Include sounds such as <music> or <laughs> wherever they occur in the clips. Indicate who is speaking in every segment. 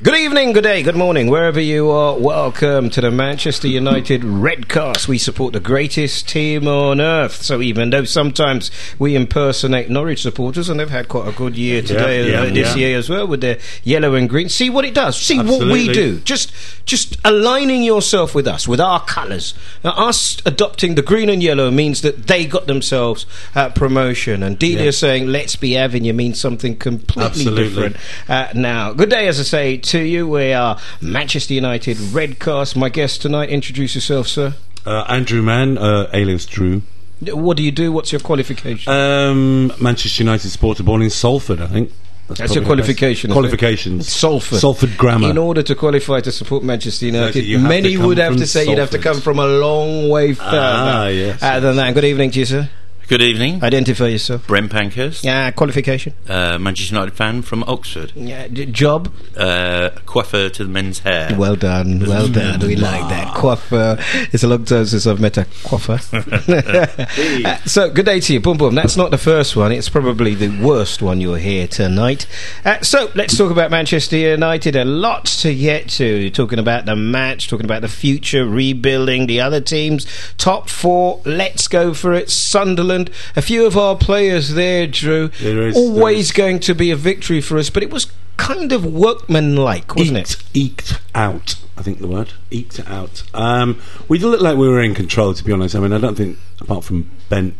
Speaker 1: Good evening, good day, good morning, wherever you are. Welcome to the Manchester United Redcast. We support the greatest team on earth. So even though sometimes we impersonate Norwich supporters, and they've had quite a good year today,
Speaker 2: yeah,
Speaker 1: uh, this
Speaker 2: yeah.
Speaker 1: year as well, with their yellow and green. See what it does. See what we
Speaker 2: Absolutely.
Speaker 1: do. Just, just aligning yourself with us, with our colours. Now, us adopting the green and yellow means that they got themselves uh, promotion, and Delia
Speaker 2: Yeah.
Speaker 1: saying "Let's be having you" means something completely
Speaker 2: Absolutely.
Speaker 1: different uh, now. Good day, as I say to you. We are Manchester United Redcast. My guest tonight, introduce yourself, sir.
Speaker 2: Uh, Andrew Mann, uh, alias Drew.
Speaker 1: What do you do? What's your qualification?
Speaker 2: Um, Manchester United supporter, born in Salford, I think.
Speaker 1: That's your
Speaker 2: probably the best.
Speaker 1: qualification, isn't it?
Speaker 2: Qualifications.
Speaker 1: Salford.
Speaker 2: Salford grammar.
Speaker 1: in order to qualify to support Manchester United,
Speaker 2: you have to
Speaker 1: many
Speaker 2: come
Speaker 1: would have
Speaker 2: from
Speaker 1: to say you'd have to
Speaker 2: Salford.
Speaker 1: come from a long way further
Speaker 2: Ah, yes,
Speaker 1: uh, than that. Good evening to you, sir.
Speaker 3: Good evening.
Speaker 1: Identify yourself.
Speaker 3: Brent Pankhurst,
Speaker 1: Yeah, qualification.
Speaker 3: uh, Manchester United fan from Oxford.
Speaker 1: Yeah, d- job.
Speaker 3: Uh, coiffeur to the men's hair.
Speaker 1: Well done, well done. We like that. Coiffeur. It's a long time since I've met a
Speaker 2: <laughs>
Speaker 1: coiffeur. <laughs> Uh, so, good day to you. Boom, boom. That's not the first one. It's probably the worst one you'll hear tonight. Uh, so, let's talk about Manchester United. A lot to get to. Talking about the match, talking about the future, rebuilding the other teams. Top four. Let's go for it. Sunderland. A few of our players there, Drew.
Speaker 2: There is- there
Speaker 1: Always
Speaker 2: is.
Speaker 1: going to be a victory for us, but it was kind of workmanlike, wasn't it?
Speaker 2: Eked, eked out, I think the word. Eked out. Um, we looked like we were in control, to be honest. I mean, I don't think, apart from Bent,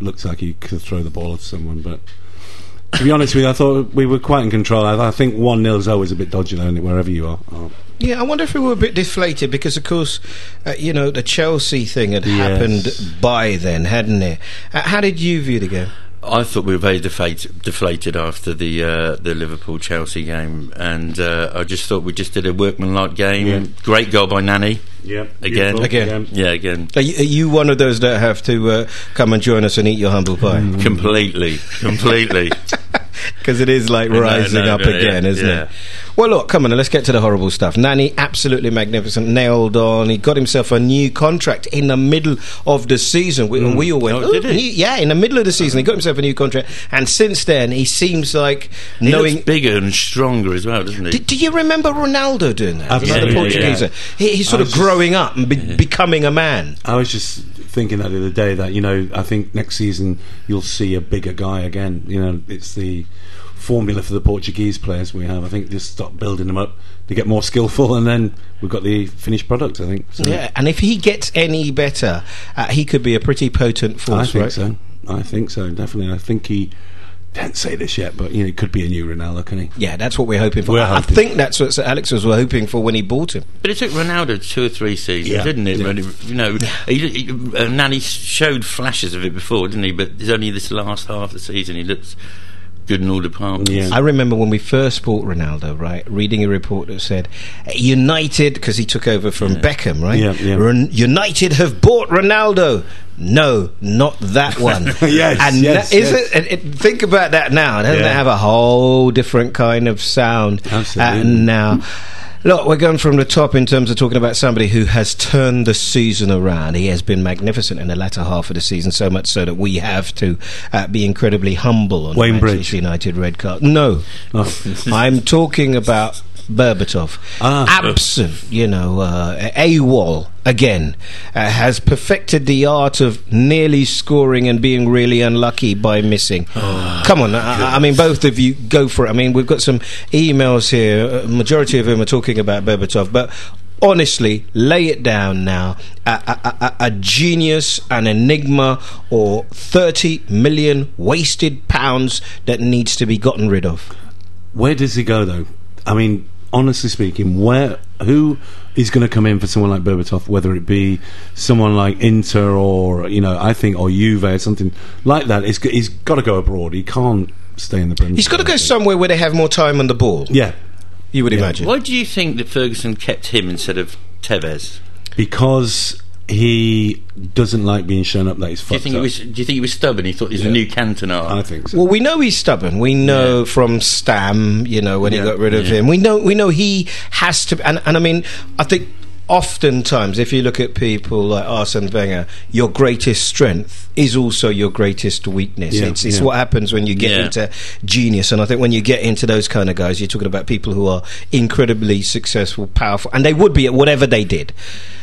Speaker 2: looks like he could throw the ball at someone, but. To be honest with you, I thought we were quite in control. I, I think 1 0 is always a bit dodgy, though, isn't it, wherever you are. Oh.
Speaker 1: Yeah, I wonder if we were a bit deflated because, of course, uh, you know, the Chelsea thing had
Speaker 2: Yes.
Speaker 1: happened by then, hadn't it? Uh, how did you view the game?
Speaker 3: I thought we were very deflate, deflated after the uh, the Liverpool Chelsea game, and uh, I just thought we just did a workmanlike game.
Speaker 2: Yeah.
Speaker 3: Great goal by Nanny.
Speaker 2: Yeah.
Speaker 3: Again.
Speaker 2: beautiful.
Speaker 1: Again.
Speaker 3: Yeah, again.
Speaker 1: Are you, are you one of those that have to uh, come and join us and eat your humble pie? <laughs>
Speaker 3: Mm. Completely, completely.
Speaker 1: Because it is like
Speaker 3: No,
Speaker 1: rising
Speaker 3: no,
Speaker 1: up
Speaker 3: no,
Speaker 1: again,
Speaker 3: yeah,
Speaker 1: isn't
Speaker 3: yeah.
Speaker 1: it? Well, look, come on, let's get to the horrible stuff. Nani, absolutely magnificent, nailed on. He got himself a new contract in the middle of the season. We, And we all went,
Speaker 3: Oh,
Speaker 1: "Ooh,
Speaker 3: did he?"
Speaker 1: new- yeah, in the middle of the season, he got himself a new contract. And since then, he seems like <laughs>
Speaker 3: He
Speaker 1: knowing.
Speaker 3: looks bigger and stronger as well, doesn't he?
Speaker 1: Do, do you remember Ronaldo doing that?
Speaker 2: Absolutely,
Speaker 1: Another Portuguese.
Speaker 3: yeah.
Speaker 1: He, he's sort
Speaker 2: I
Speaker 1: of
Speaker 2: was just-
Speaker 1: growing up and be- becoming a man.
Speaker 2: I was just thinking that the other day that you know I think next season you'll see a bigger guy again. You know, it's the formula for the Portuguese players we have. I think just stop building them up to get more skillful, and then we've got the finished product. I think. So
Speaker 1: Yeah, and if he gets any better, uh, he could be a pretty potent
Speaker 2: I
Speaker 1: force,
Speaker 2: think
Speaker 1: right?
Speaker 2: so. I think so. Definitely. I think he. Don't say this yet, but you know, it could be a new Ronaldo, can he?
Speaker 1: Yeah, that's what we're hoping for.
Speaker 2: We're
Speaker 1: I- I
Speaker 2: hoping.
Speaker 1: think that's what Sir Alex was hoping for when he bought him.
Speaker 3: But it took Ronaldo two or three seasons,
Speaker 2: Yeah.
Speaker 3: didn't it?
Speaker 2: Yeah.
Speaker 3: When he- you know, he, he, uh, Nani showed flashes of it before, didn't he? But it's only this last half of the season he looks good in all departments. Uh,
Speaker 2: Yeah.
Speaker 1: I remember when we first bought Ronaldo, right? Reading a report that said United, because he took over from Beckham, right?
Speaker 2: Yeah, yeah.
Speaker 1: Ron- United have bought Ronaldo. No, not that
Speaker 2: <laughs>
Speaker 1: one.
Speaker 2: Yes,
Speaker 1: and
Speaker 2: yes,
Speaker 1: that- is
Speaker 2: yes.
Speaker 1: it- and it- think about that now. Doesn't
Speaker 2: Yeah.
Speaker 1: it have a whole different kind of sound uh,
Speaker 2: Absolutely.
Speaker 1: now? Look, we're going from the top in terms of talking about somebody who has turned the season around. He has been magnificent in the latter half of the season, so much so that we have to uh, be incredibly humble on
Speaker 2: Wayne
Speaker 1: Manchester
Speaker 2: Bridge.
Speaker 1: United red card. No,
Speaker 2: Oh.
Speaker 1: I'm talking about Berbatov.
Speaker 2: Ah.
Speaker 1: Absent, you know, uh, AWOL again uh, has perfected the art of nearly scoring and being really unlucky by missing. Come on, I, I- I mean, both of you go for it. I mean, we've got some emails here, uh, majority of them are talking about Berbatov, but. Honestly, lay it down now. A, a- a- a- a genius, an enigma, or 30 million wasted pounds that needs to be gotten rid of.
Speaker 2: Where does he go though? I mean, honestly speaking, where who is going to come in for someone like Berbatov? Whether it be someone like Inter or you know, I think or Juve or something like that. It's, g- he's got to go abroad. He can't stay in the Premier.
Speaker 1: He's got to
Speaker 2: League, I
Speaker 1: go
Speaker 2: think.
Speaker 1: somewhere where they have more time on the ball.
Speaker 2: Yeah,
Speaker 1: You would imagine.
Speaker 3: Why do you think that Ferguson kept him instead of Tevez?
Speaker 2: because he doesn't like being shown up that he's
Speaker 3: Do you
Speaker 2: fucked
Speaker 3: think
Speaker 2: up.
Speaker 3: he was? Do you think he was stubborn? He thought he's
Speaker 2: uh, Yeah.
Speaker 3: a new Cantona.
Speaker 2: I think so.
Speaker 1: Well, we know he's stubborn. We know
Speaker 3: Yeah.
Speaker 1: from Stam, you know, when he
Speaker 2: Yeah.
Speaker 1: got rid of
Speaker 3: Yeah.
Speaker 1: him. We know, we know he has to. And, and I mean, I think oftentimes, if you look at people like Arsene Wenger, your greatest strength is also your greatest weakness.
Speaker 2: Yeah,
Speaker 1: it's it's
Speaker 2: yeah.
Speaker 1: what happens when you get
Speaker 3: Yeah.
Speaker 1: into genius, and I think when you get into those kind of guys, you're talking about people who are incredibly successful, powerful, and they would be at whatever they did.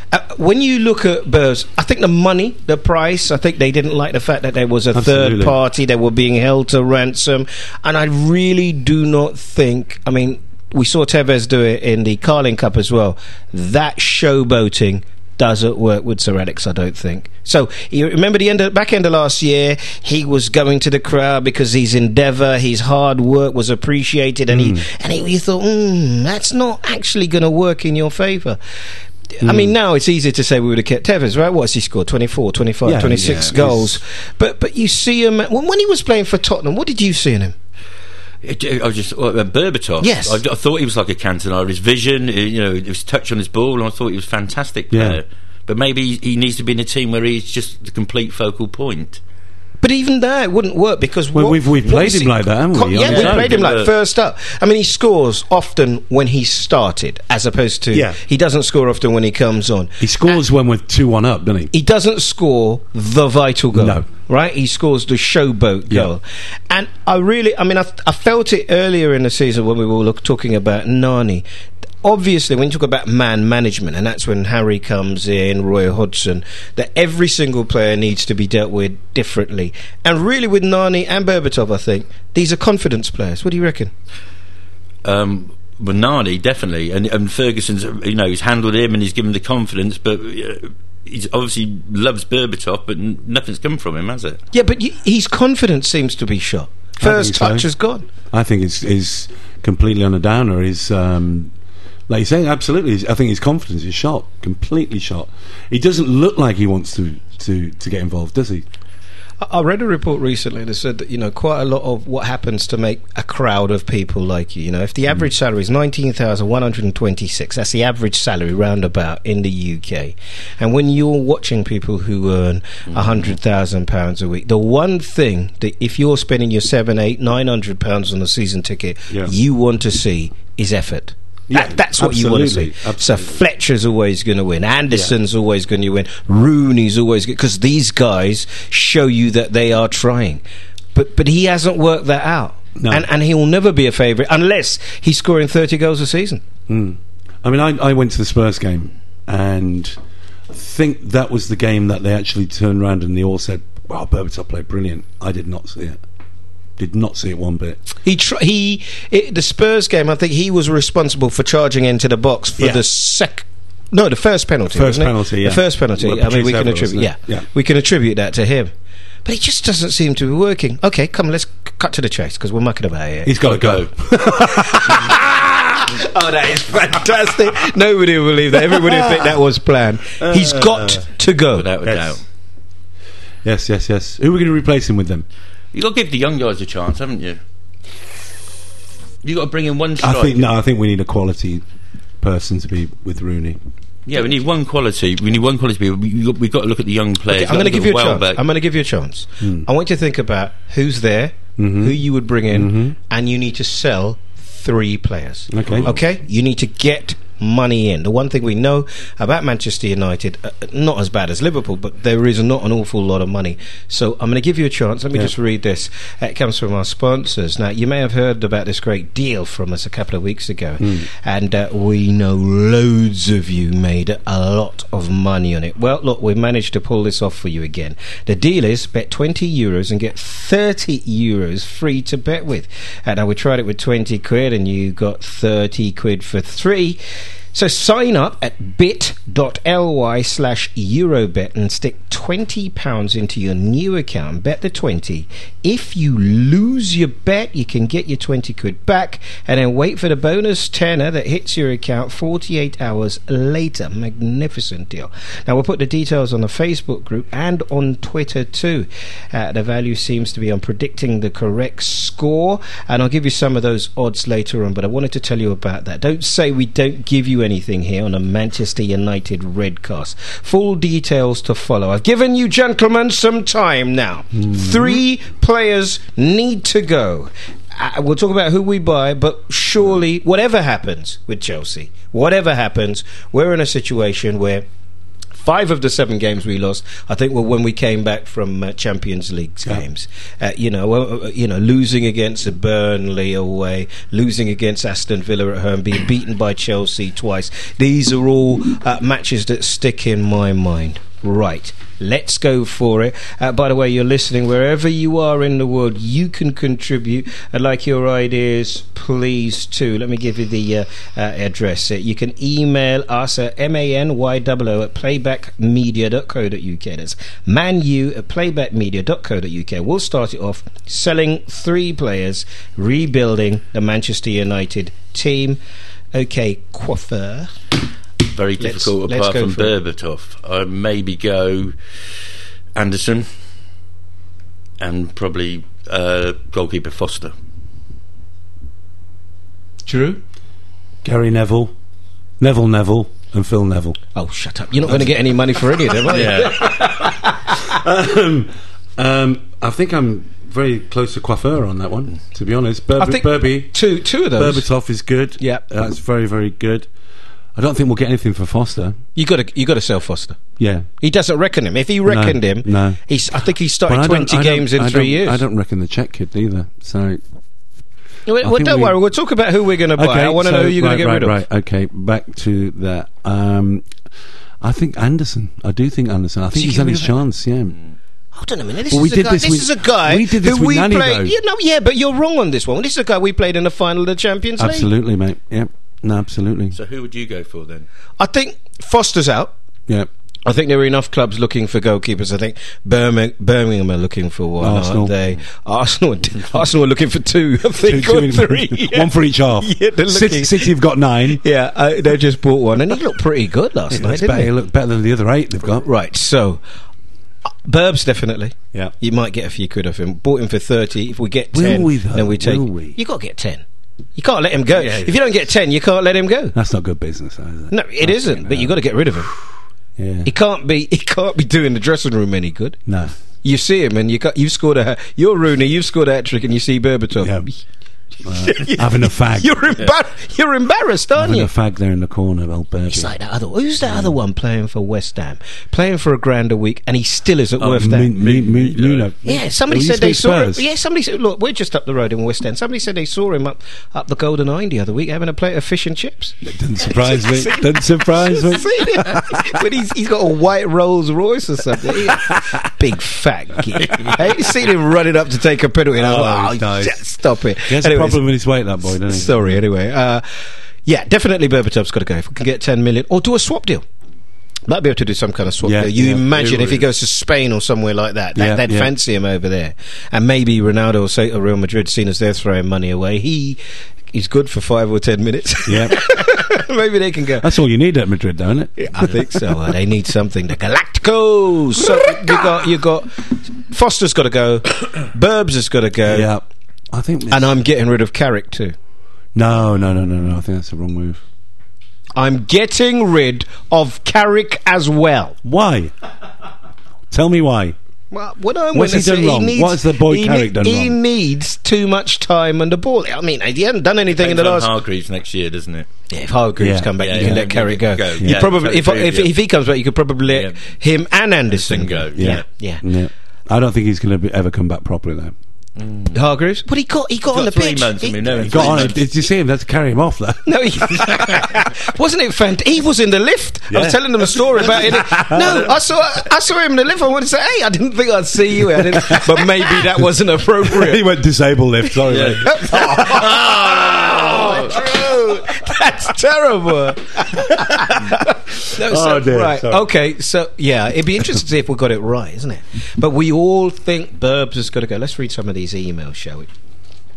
Speaker 1: Uh, when you look at Burrs, I think the money, the price, I think they didn't like the fact that there was a
Speaker 2: Absolutely.
Speaker 1: third party, they were being held to ransom, and I really do not think. I mean, we saw Tevez do it in the Carling Cup as well. That showboating doesn't work with Sir Alex, I don't think. So you remember the end of, back end of last year, he was going to the crowd because his endeavour, his hard work was appreciated, and he and he, you thought, mm, that's not actually going to work in your favour. I
Speaker 2: Hmm.
Speaker 1: mean, now it's easier to say we would have kept Tevez, right? What's he scored? 24, 25,
Speaker 2: Yeah,
Speaker 1: 26
Speaker 2: yeah,
Speaker 1: goals. But but you see him when, when he was playing for Tottenham. What did you see in him?
Speaker 3: It- I was just uh, Berbatov.
Speaker 1: Yes.
Speaker 3: I, I thought he was like a Cantona. His vision, uh, you know, his touch on his ball, and I thought he was a fantastic
Speaker 2: Yeah.
Speaker 3: player. But maybe he- he needs to be in a team where he's just the complete focal point.
Speaker 1: But even there, it wouldn't work because
Speaker 2: Well,
Speaker 1: what-
Speaker 2: we've- we've
Speaker 1: what
Speaker 2: played
Speaker 1: is
Speaker 2: him
Speaker 1: it-
Speaker 2: like that, haven't
Speaker 1: Co-
Speaker 2: we, on
Speaker 1: Yeah,
Speaker 2: the
Speaker 1: we
Speaker 3: show?
Speaker 1: played him like
Speaker 3: Yeah.
Speaker 1: first up. I mean, he scores often when he started, as opposed to
Speaker 2: Yeah.
Speaker 1: he doesn't score often when he comes on.
Speaker 2: He scores when we're 2 1 up, doesn't he?
Speaker 1: He doesn't score the vital goal.
Speaker 2: No.
Speaker 1: Right? He scores the showboat
Speaker 2: Yeah.
Speaker 1: goal. And I really, I mean, I, I felt it earlier in the season when we were look, talking about Nani. Obviously, when you talk about man management, and that's when Harry comes in, Roy Hodgson, that every single player needs to be dealt with differently. And really, with Nani and Berbatov, I think, these are confidence players. What do you reckon?
Speaker 3: um, Bernardi definitely, and, and Ferguson's you know he's handled him and he's given the confidence, but uh, he's obviously loves Berbatov, but n- nothing's come from him, has it?
Speaker 1: Yeah, but y- his confidence seems to be shot. First
Speaker 2: so.
Speaker 1: touch is gone.
Speaker 2: I think is is completely on a downer. Is um, like you say, absolutely. He's- I think his confidence is shot, completely shot. He doesn't look like he wants to to to get involved, does he?
Speaker 1: I I read a report recently that said that you know quite a lot of what happens to make a crowd of people like you. You know, if
Speaker 2: Hmm.
Speaker 1: the average salary is nineteen thousand one hundred and twenty-six, that's the average salary roundabout in the UK. And when you're watching people who earn
Speaker 2: Hmm.
Speaker 1: a hundred thousand pounds a week, the one thing that if you're spending your seven, eight, nine hundred pounds on a season ticket,
Speaker 2: Yeah.
Speaker 1: you want to see is effort.
Speaker 2: Yeah,
Speaker 1: that, that's what you want to see.
Speaker 2: absolutely, absolutely.
Speaker 1: So Fletcher's always going to win. Anderson's always going to win. Rooney's always because these guys show you that they are trying, but but he hasn't worked that out,
Speaker 2: No.
Speaker 1: and and he will never be a favourite unless he's scoring thirty goals a season.
Speaker 2: Mm. I mean, I, I went to the Spurs game, and I think that was the game that they actually turned around and they all said, "Wow, Berbatov played brilliant." I did not see it. Did not see it one bit.
Speaker 1: He tr- he it, the Spurs game. I think he was responsible for charging into the box for
Speaker 2: Yeah.
Speaker 1: the sec. No, the first penalty.
Speaker 2: First
Speaker 1: wasn't it?
Speaker 2: penalty, yeah.
Speaker 1: The first penalty.
Speaker 2: Well,
Speaker 1: I mean, we
Speaker 2: Patrice
Speaker 1: can
Speaker 2: Evra,
Speaker 1: attribute.
Speaker 2: wasn't
Speaker 1: Yeah,
Speaker 2: it? Yeah.
Speaker 1: we can attribute that to him. But it just doesn't seem to be working. Okay, come, let's c- cut to the chase because we're mucking about here.
Speaker 2: He's got to go.
Speaker 1: Oh, that is fantastic. Nobody will believe that. Everybody will think that was planned. He's got to go.
Speaker 3: Without a
Speaker 2: Yes.
Speaker 3: doubt,
Speaker 2: yes, yes, yes. Who are we going to replace him with then?
Speaker 3: you got to give the young guys a chance, haven't you? You got to bring in one striker.
Speaker 2: I think no. I think we need a quality person to be with Rooney.
Speaker 3: Yeah, we need one quality. We need one quality. We- we- We've got to look at the young players.
Speaker 1: I'm going to
Speaker 3: Look at
Speaker 1: give you a
Speaker 3: Welbeck.
Speaker 1: chance. I'm going to give you a chance. I want you to think about who's there, who you would bring in, and you need to sell three players.
Speaker 2: Okay.
Speaker 1: Okay? You need to get money in. The one thing we know about Manchester United, uh, not as bad as Liverpool, but there is not an awful lot of money. So I'm going to give you a chance. Let me
Speaker 2: Yeah.
Speaker 1: just read this. It comes from our sponsors. Now, you may have heard about this great deal from us a couple of weeks ago,
Speaker 2: Hmm.
Speaker 1: and uh, we know loads of you made a lot of money on it. Well, look, we managed to pull this off for you again. The deal is bet 20 euros and get 30 euros free to bet with. And uh, we tried it with 20 quid, and you got 30 quid for three. So sign up at bit.ly slash Eurobet and stick £20 into your new account. Bet the 20. If you lose your bet, you can get your 20 quid back and then wait for the bonus tenner that hits your account 48 hours later. Magnificent deal. Now, we'll put the details on the Facebook group and on Twitter too. Uh, the value seems to be on predicting the correct score, and I'll give you some of those odds later on, but I wanted to tell you about that. Don't say we don't give you anything here on a Manchester United Redcast. Full details to follow. I've given you gentlemen some time now. Three players need to go. uh, we'll talk about who we buy, but surely, whatever happens with Chelsea, whatever happens, we're in a situation where five of the seven games we lost, I think, were when we came back from uh, Champions League
Speaker 2: Yeah.
Speaker 1: games. Uh, you know, uh, uh, you know, losing against Burnley away, losing against Aston Villa at home, being beaten by Chelsea twice. These are all uh, matches that stick in my mind. Right. Let's go for it. Uh, by the way, you're listening wherever you are in the world. You can contribute. I'd like your ideas, please, too. Let me give you the uh, uh, address. Uh, You can email us at manywo at playbackmedia.co.uk. That's manu at playbackmedia.co.uk. We'll start it off selling three players, rebuilding the Manchester United team. Okay, coiffeur.
Speaker 3: Very
Speaker 1: Um, Let's-
Speaker 3: difficult
Speaker 1: let's
Speaker 3: apart
Speaker 1: go
Speaker 3: from
Speaker 1: for it.
Speaker 3: Berbatov. I maybe go Anderson and probably uh, goalkeeper Foster.
Speaker 2: Drew? Gary Neville. Neville Neville and Phil Neville.
Speaker 1: Oh, shut up. You're not going to get any money for any of them, are you?
Speaker 3: Yeah,
Speaker 2: um, um, I think I'm very close to coiffeur on that one, to be honest. Burb-
Speaker 1: I think
Speaker 2: Burby,
Speaker 1: two two of those.
Speaker 2: Berbatov is good. Uh,
Speaker 1: Yeah.
Speaker 2: That's very, very good. I don't think we'll get anything for Foster.
Speaker 1: You got to you got to sell Foster.
Speaker 2: Yeah.
Speaker 1: He doesn't reckon him. If he reckoned him,
Speaker 2: no.
Speaker 1: he's. I think he
Speaker 2: But
Speaker 1: started
Speaker 2: I don't-
Speaker 1: twenty
Speaker 2: I don't-
Speaker 1: games in
Speaker 2: I
Speaker 1: three
Speaker 2: don't-
Speaker 1: years.
Speaker 2: I don't reckon the Czech kid either. So
Speaker 1: Well,
Speaker 2: I
Speaker 1: well,
Speaker 2: think
Speaker 1: don't
Speaker 2: we-
Speaker 1: worry. We'll talk about who we're going to buy. I want to know who you're
Speaker 2: right,
Speaker 1: going to get
Speaker 2: right,
Speaker 1: rid of.
Speaker 2: Right, okay, back to that. Um, I think Anderson. I do think Anderson. I think
Speaker 1: you
Speaker 2: he's
Speaker 1: get
Speaker 2: had
Speaker 1: rid
Speaker 2: his
Speaker 1: of him?
Speaker 2: chance. Yeah.
Speaker 1: Hold on a minute. This,
Speaker 2: Well, we
Speaker 1: is, a
Speaker 2: did
Speaker 1: guy,
Speaker 2: this
Speaker 1: this
Speaker 2: with-
Speaker 1: is a guy.
Speaker 2: we did this
Speaker 1: who
Speaker 2: with
Speaker 1: we
Speaker 2: Nani,
Speaker 1: played.
Speaker 2: though.
Speaker 1: You know, yeah, but you're wrong on this one. This is a guy we played in the final of the Champions League.
Speaker 2: Absolutely, mate. Yep. No, absolutely.
Speaker 3: so who would you go for then?
Speaker 1: I think Foster's out.
Speaker 2: Yep.
Speaker 1: I think there are enough clubs looking for goalkeepers. I think Birmingham, Birmingham are looking for one,
Speaker 2: Arsenal.
Speaker 1: aren't they? Arsenal, <laughs> Arsenal are looking for two. <laughs> I think
Speaker 2: Two-
Speaker 1: or
Speaker 2: two in-
Speaker 1: three.
Speaker 2: <laughs> One for each half.
Speaker 1: <laughs> Yeah, they're
Speaker 2: City,
Speaker 1: looking-
Speaker 2: City have got nine.
Speaker 1: Yeah, uh, they just bought one, and he looked pretty good last
Speaker 2: It
Speaker 1: night,
Speaker 2: looks
Speaker 1: didn't
Speaker 2: better,
Speaker 1: he?
Speaker 2: it looked better than the other eight they've got.
Speaker 1: Right, so uh, Burbs definitely.
Speaker 2: Yeah.
Speaker 1: You might get a few quid off him. Bought him for thirty. If we get
Speaker 2: Will
Speaker 1: ten,
Speaker 2: we, though?
Speaker 1: then we take.
Speaker 2: Will we?
Speaker 1: You got to get ten. You can't let him go.
Speaker 3: Yeah.
Speaker 1: If you don't get ten, you can't let him go.
Speaker 2: That's not good business, is it?
Speaker 1: No, it not But you got to get rid of him.
Speaker 2: Yeah.
Speaker 1: He can't be. <laughs> He can't be doing the dressing room any good.
Speaker 2: No.
Speaker 1: You see him, and you got, you've scored a. You're Rooney. You've scored a hat trick, and you see Berbatov.
Speaker 2: Yeah.
Speaker 1: <laughs>
Speaker 2: Uh, having a fag.
Speaker 1: You're embar- You're embarrassed, aren't
Speaker 2: having
Speaker 1: you?
Speaker 2: a fag there in the corner, old Bertie.
Speaker 1: It's like that other. Who's that other one playing for West Ham? Playing for a grand a week, and he still isn't
Speaker 3: Oh,
Speaker 1: worth
Speaker 2: Moon-
Speaker 1: that.
Speaker 2: Moon- Moon-
Speaker 3: Yeah.
Speaker 2: Nuno.
Speaker 1: yeah, somebody
Speaker 2: Well, you
Speaker 1: said they
Speaker 2: speak
Speaker 1: saw. Him,
Speaker 2: Spurs.
Speaker 1: yeah, somebody said. Look, we're just up the road in West End. Somebody said they saw him up up the Golden Eye the other week, having a plate of fish and
Speaker 2: <laughs>
Speaker 1: chips.
Speaker 2: Doesn't surprise
Speaker 1: <laughs>
Speaker 2: me. Doesn't surprise me.
Speaker 1: but he's he's got a white Rolls Royce or something.
Speaker 2: <laughs>
Speaker 1: He- Big fat git. I ain't seen him running up to take a penalty. And I'm
Speaker 2: Oh,
Speaker 1: like,
Speaker 2: he's
Speaker 1: "Oh,
Speaker 2: nice.
Speaker 1: just stop it.
Speaker 2: He has a
Speaker 1: Anyways,
Speaker 2: problem with his weight, that boy, doesn't he?
Speaker 1: Sorry, anyway. Uh, yeah, definitely Berbatov's got to go. If we can get 10 million, or do a swap deal. Might be able to do some kind of swap
Speaker 2: Yeah,
Speaker 1: deal. You
Speaker 2: yeah.
Speaker 1: imagine
Speaker 3: It
Speaker 1: if he
Speaker 3: would.
Speaker 1: goes to Spain or somewhere like that, that
Speaker 2: Yeah,
Speaker 1: they'd
Speaker 2: yeah.
Speaker 1: fancy him over there. And maybe Ronaldo or, say, or Real Madrid, seeing as they're throwing money away, he is good for five or 10 minutes.
Speaker 2: yeah.
Speaker 1: <laughs> maybe they can go.
Speaker 2: That's all you need at Madrid, don't it?
Speaker 1: I think so. Uh, they need something. The Galacticos. So you got you got Foster's got to go. Burbs has got to go.
Speaker 2: Yeah. I think.
Speaker 1: And I'm getting rid of Carrick too.
Speaker 2: no, no, no, no, no. I think that's the wrong move.
Speaker 1: I'm getting rid of Carrick as well.
Speaker 2: Why? Tell me why.
Speaker 1: Well, what I
Speaker 2: What's he
Speaker 1: witnessing-
Speaker 2: done wrong? What's the boy
Speaker 1: he
Speaker 2: Carrick done
Speaker 1: He
Speaker 2: wrong?
Speaker 1: needs too much time and the ball. I mean, he hasn't done anything in the
Speaker 3: Depends on
Speaker 1: last.
Speaker 3: Hargreaves next year, doesn't it?
Speaker 1: Yeah, if Hargreaves
Speaker 2: Yeah.
Speaker 1: come back,
Speaker 3: Yeah,
Speaker 1: you can
Speaker 3: yeah.
Speaker 1: let Carrick go.
Speaker 3: Go.
Speaker 1: You
Speaker 3: Yeah,
Speaker 1: probably, if,
Speaker 3: totally
Speaker 1: if,
Speaker 3: agree,
Speaker 1: if he comes back, you could probably let
Speaker 3: Yeah.
Speaker 1: him and Anderson
Speaker 3: Anderson go,
Speaker 1: Yeah, yeah.
Speaker 2: Yeah. I don't think he's going to ever come back properly, though.
Speaker 1: Hargreaves, but he got he got, on the
Speaker 3: Got three
Speaker 1: pitch.
Speaker 3: months. I
Speaker 1: He-
Speaker 3: mean, no,
Speaker 2: He got on. Did you see him? That's carry him off, though.
Speaker 1: <laughs> No, he wasn't it fantastic? He was in the lift. I was
Speaker 2: Yeah.
Speaker 1: telling them a story about
Speaker 2: <laughs>
Speaker 1: it. No, I saw I saw him in the lift. I wanted to say, hey, I didn't think I'd see you, I didn't- but maybe that wasn't appropriate.
Speaker 2: <laughs> <laughs> he went disabled lift. Sorry,
Speaker 3: Yeah.
Speaker 2: mate.
Speaker 1: Oh, Drew, <laughs> that's terrible. no, so,
Speaker 2: Oh, dear,
Speaker 1: right,
Speaker 2: sorry.
Speaker 1: okay, so yeah, it'd be interesting to see if we got it right, isn't it? But we all think Burbs has got to go. Let's read some of these emails, shall we?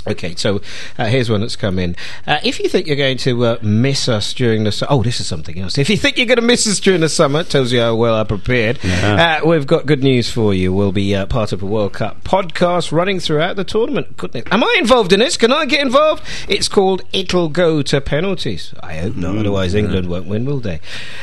Speaker 1: Okay, so uh, here's one that's come in. Uh, if you think you're going to uh, miss us during the su- oh, this is something else. If you think you're going to miss us during the summer, tells you how well I prepared. Uh, we've got good news for you. We'll be uh, part of a World Cup podcast running throughout the tournament. Goodness, am I involved in this? Can I get involved? It's called "It'll Go to Penalties." I hope not.
Speaker 2: Mm.
Speaker 1: Otherwise, England won't win, will they?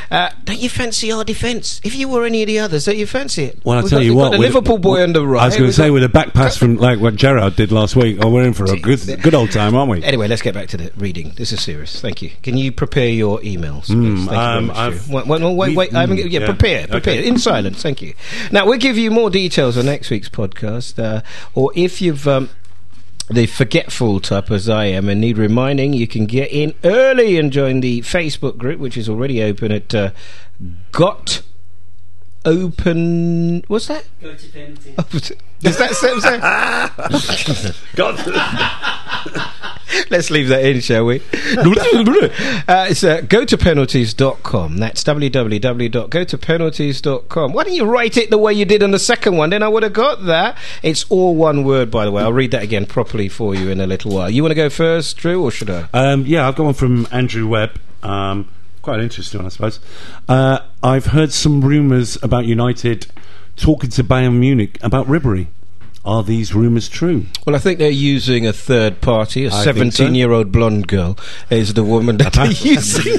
Speaker 1: Uh, don't you fancy our defence? If you were any of the others, don't you fancy it?
Speaker 2: Well, I
Speaker 1: We've
Speaker 2: tell
Speaker 1: got,
Speaker 2: you
Speaker 1: we've
Speaker 2: what,
Speaker 1: got the
Speaker 2: with-
Speaker 1: Liverpool boy on the right.
Speaker 2: I was going
Speaker 1: We've
Speaker 2: to say
Speaker 1: got-
Speaker 2: with a back pass from like what Gerard did last week. Oh, we're in for a got good, good old time, aren't we?
Speaker 1: Anyway, let's get back to the reading. This is serious. Thank you. Can you prepare your emails? please?
Speaker 2: Mm,
Speaker 1: Thank you very
Speaker 2: um,
Speaker 1: much,
Speaker 2: I've-
Speaker 1: Stu. Wait, wait, no, wait,
Speaker 2: we-
Speaker 1: wait, I haven't-
Speaker 2: mm,
Speaker 1: yeah,
Speaker 2: yeah.
Speaker 1: prepare, prepare
Speaker 2: Okay.
Speaker 1: in silence. Thank you. Now we'll give you more details on next week's podcast, uh, or if you've. Um, the forgetful type as I am and need reminding, you can get in early and join the Facebook group, which is already open at uh, Got Open. What's that?
Speaker 4: Go to penalty.
Speaker 1: <laughs> Does that sound? <laughs> Let's leave that in, shall <laughs> we? uh, it's uh, go to penalties.com. That's www.gotopenalties.com. Why don't you write it the way you did on the second one? Then I would have got that. It's all one word, by the way. I'll read that again properly for you in a little while. You want to go first, Drew, or should I?
Speaker 2: Um, yeah, I've got one from Andrew Webb. Um, quite an interesting one, I suppose. Uh, I've heard some rumours about United talking to Bayern Munich about Ribery. Are these rumours true?
Speaker 1: Well, I think they're using a third party. A
Speaker 2: I think so.
Speaker 1: 17 year old blonde girl is the woman that <laughs> they're using. Sorry,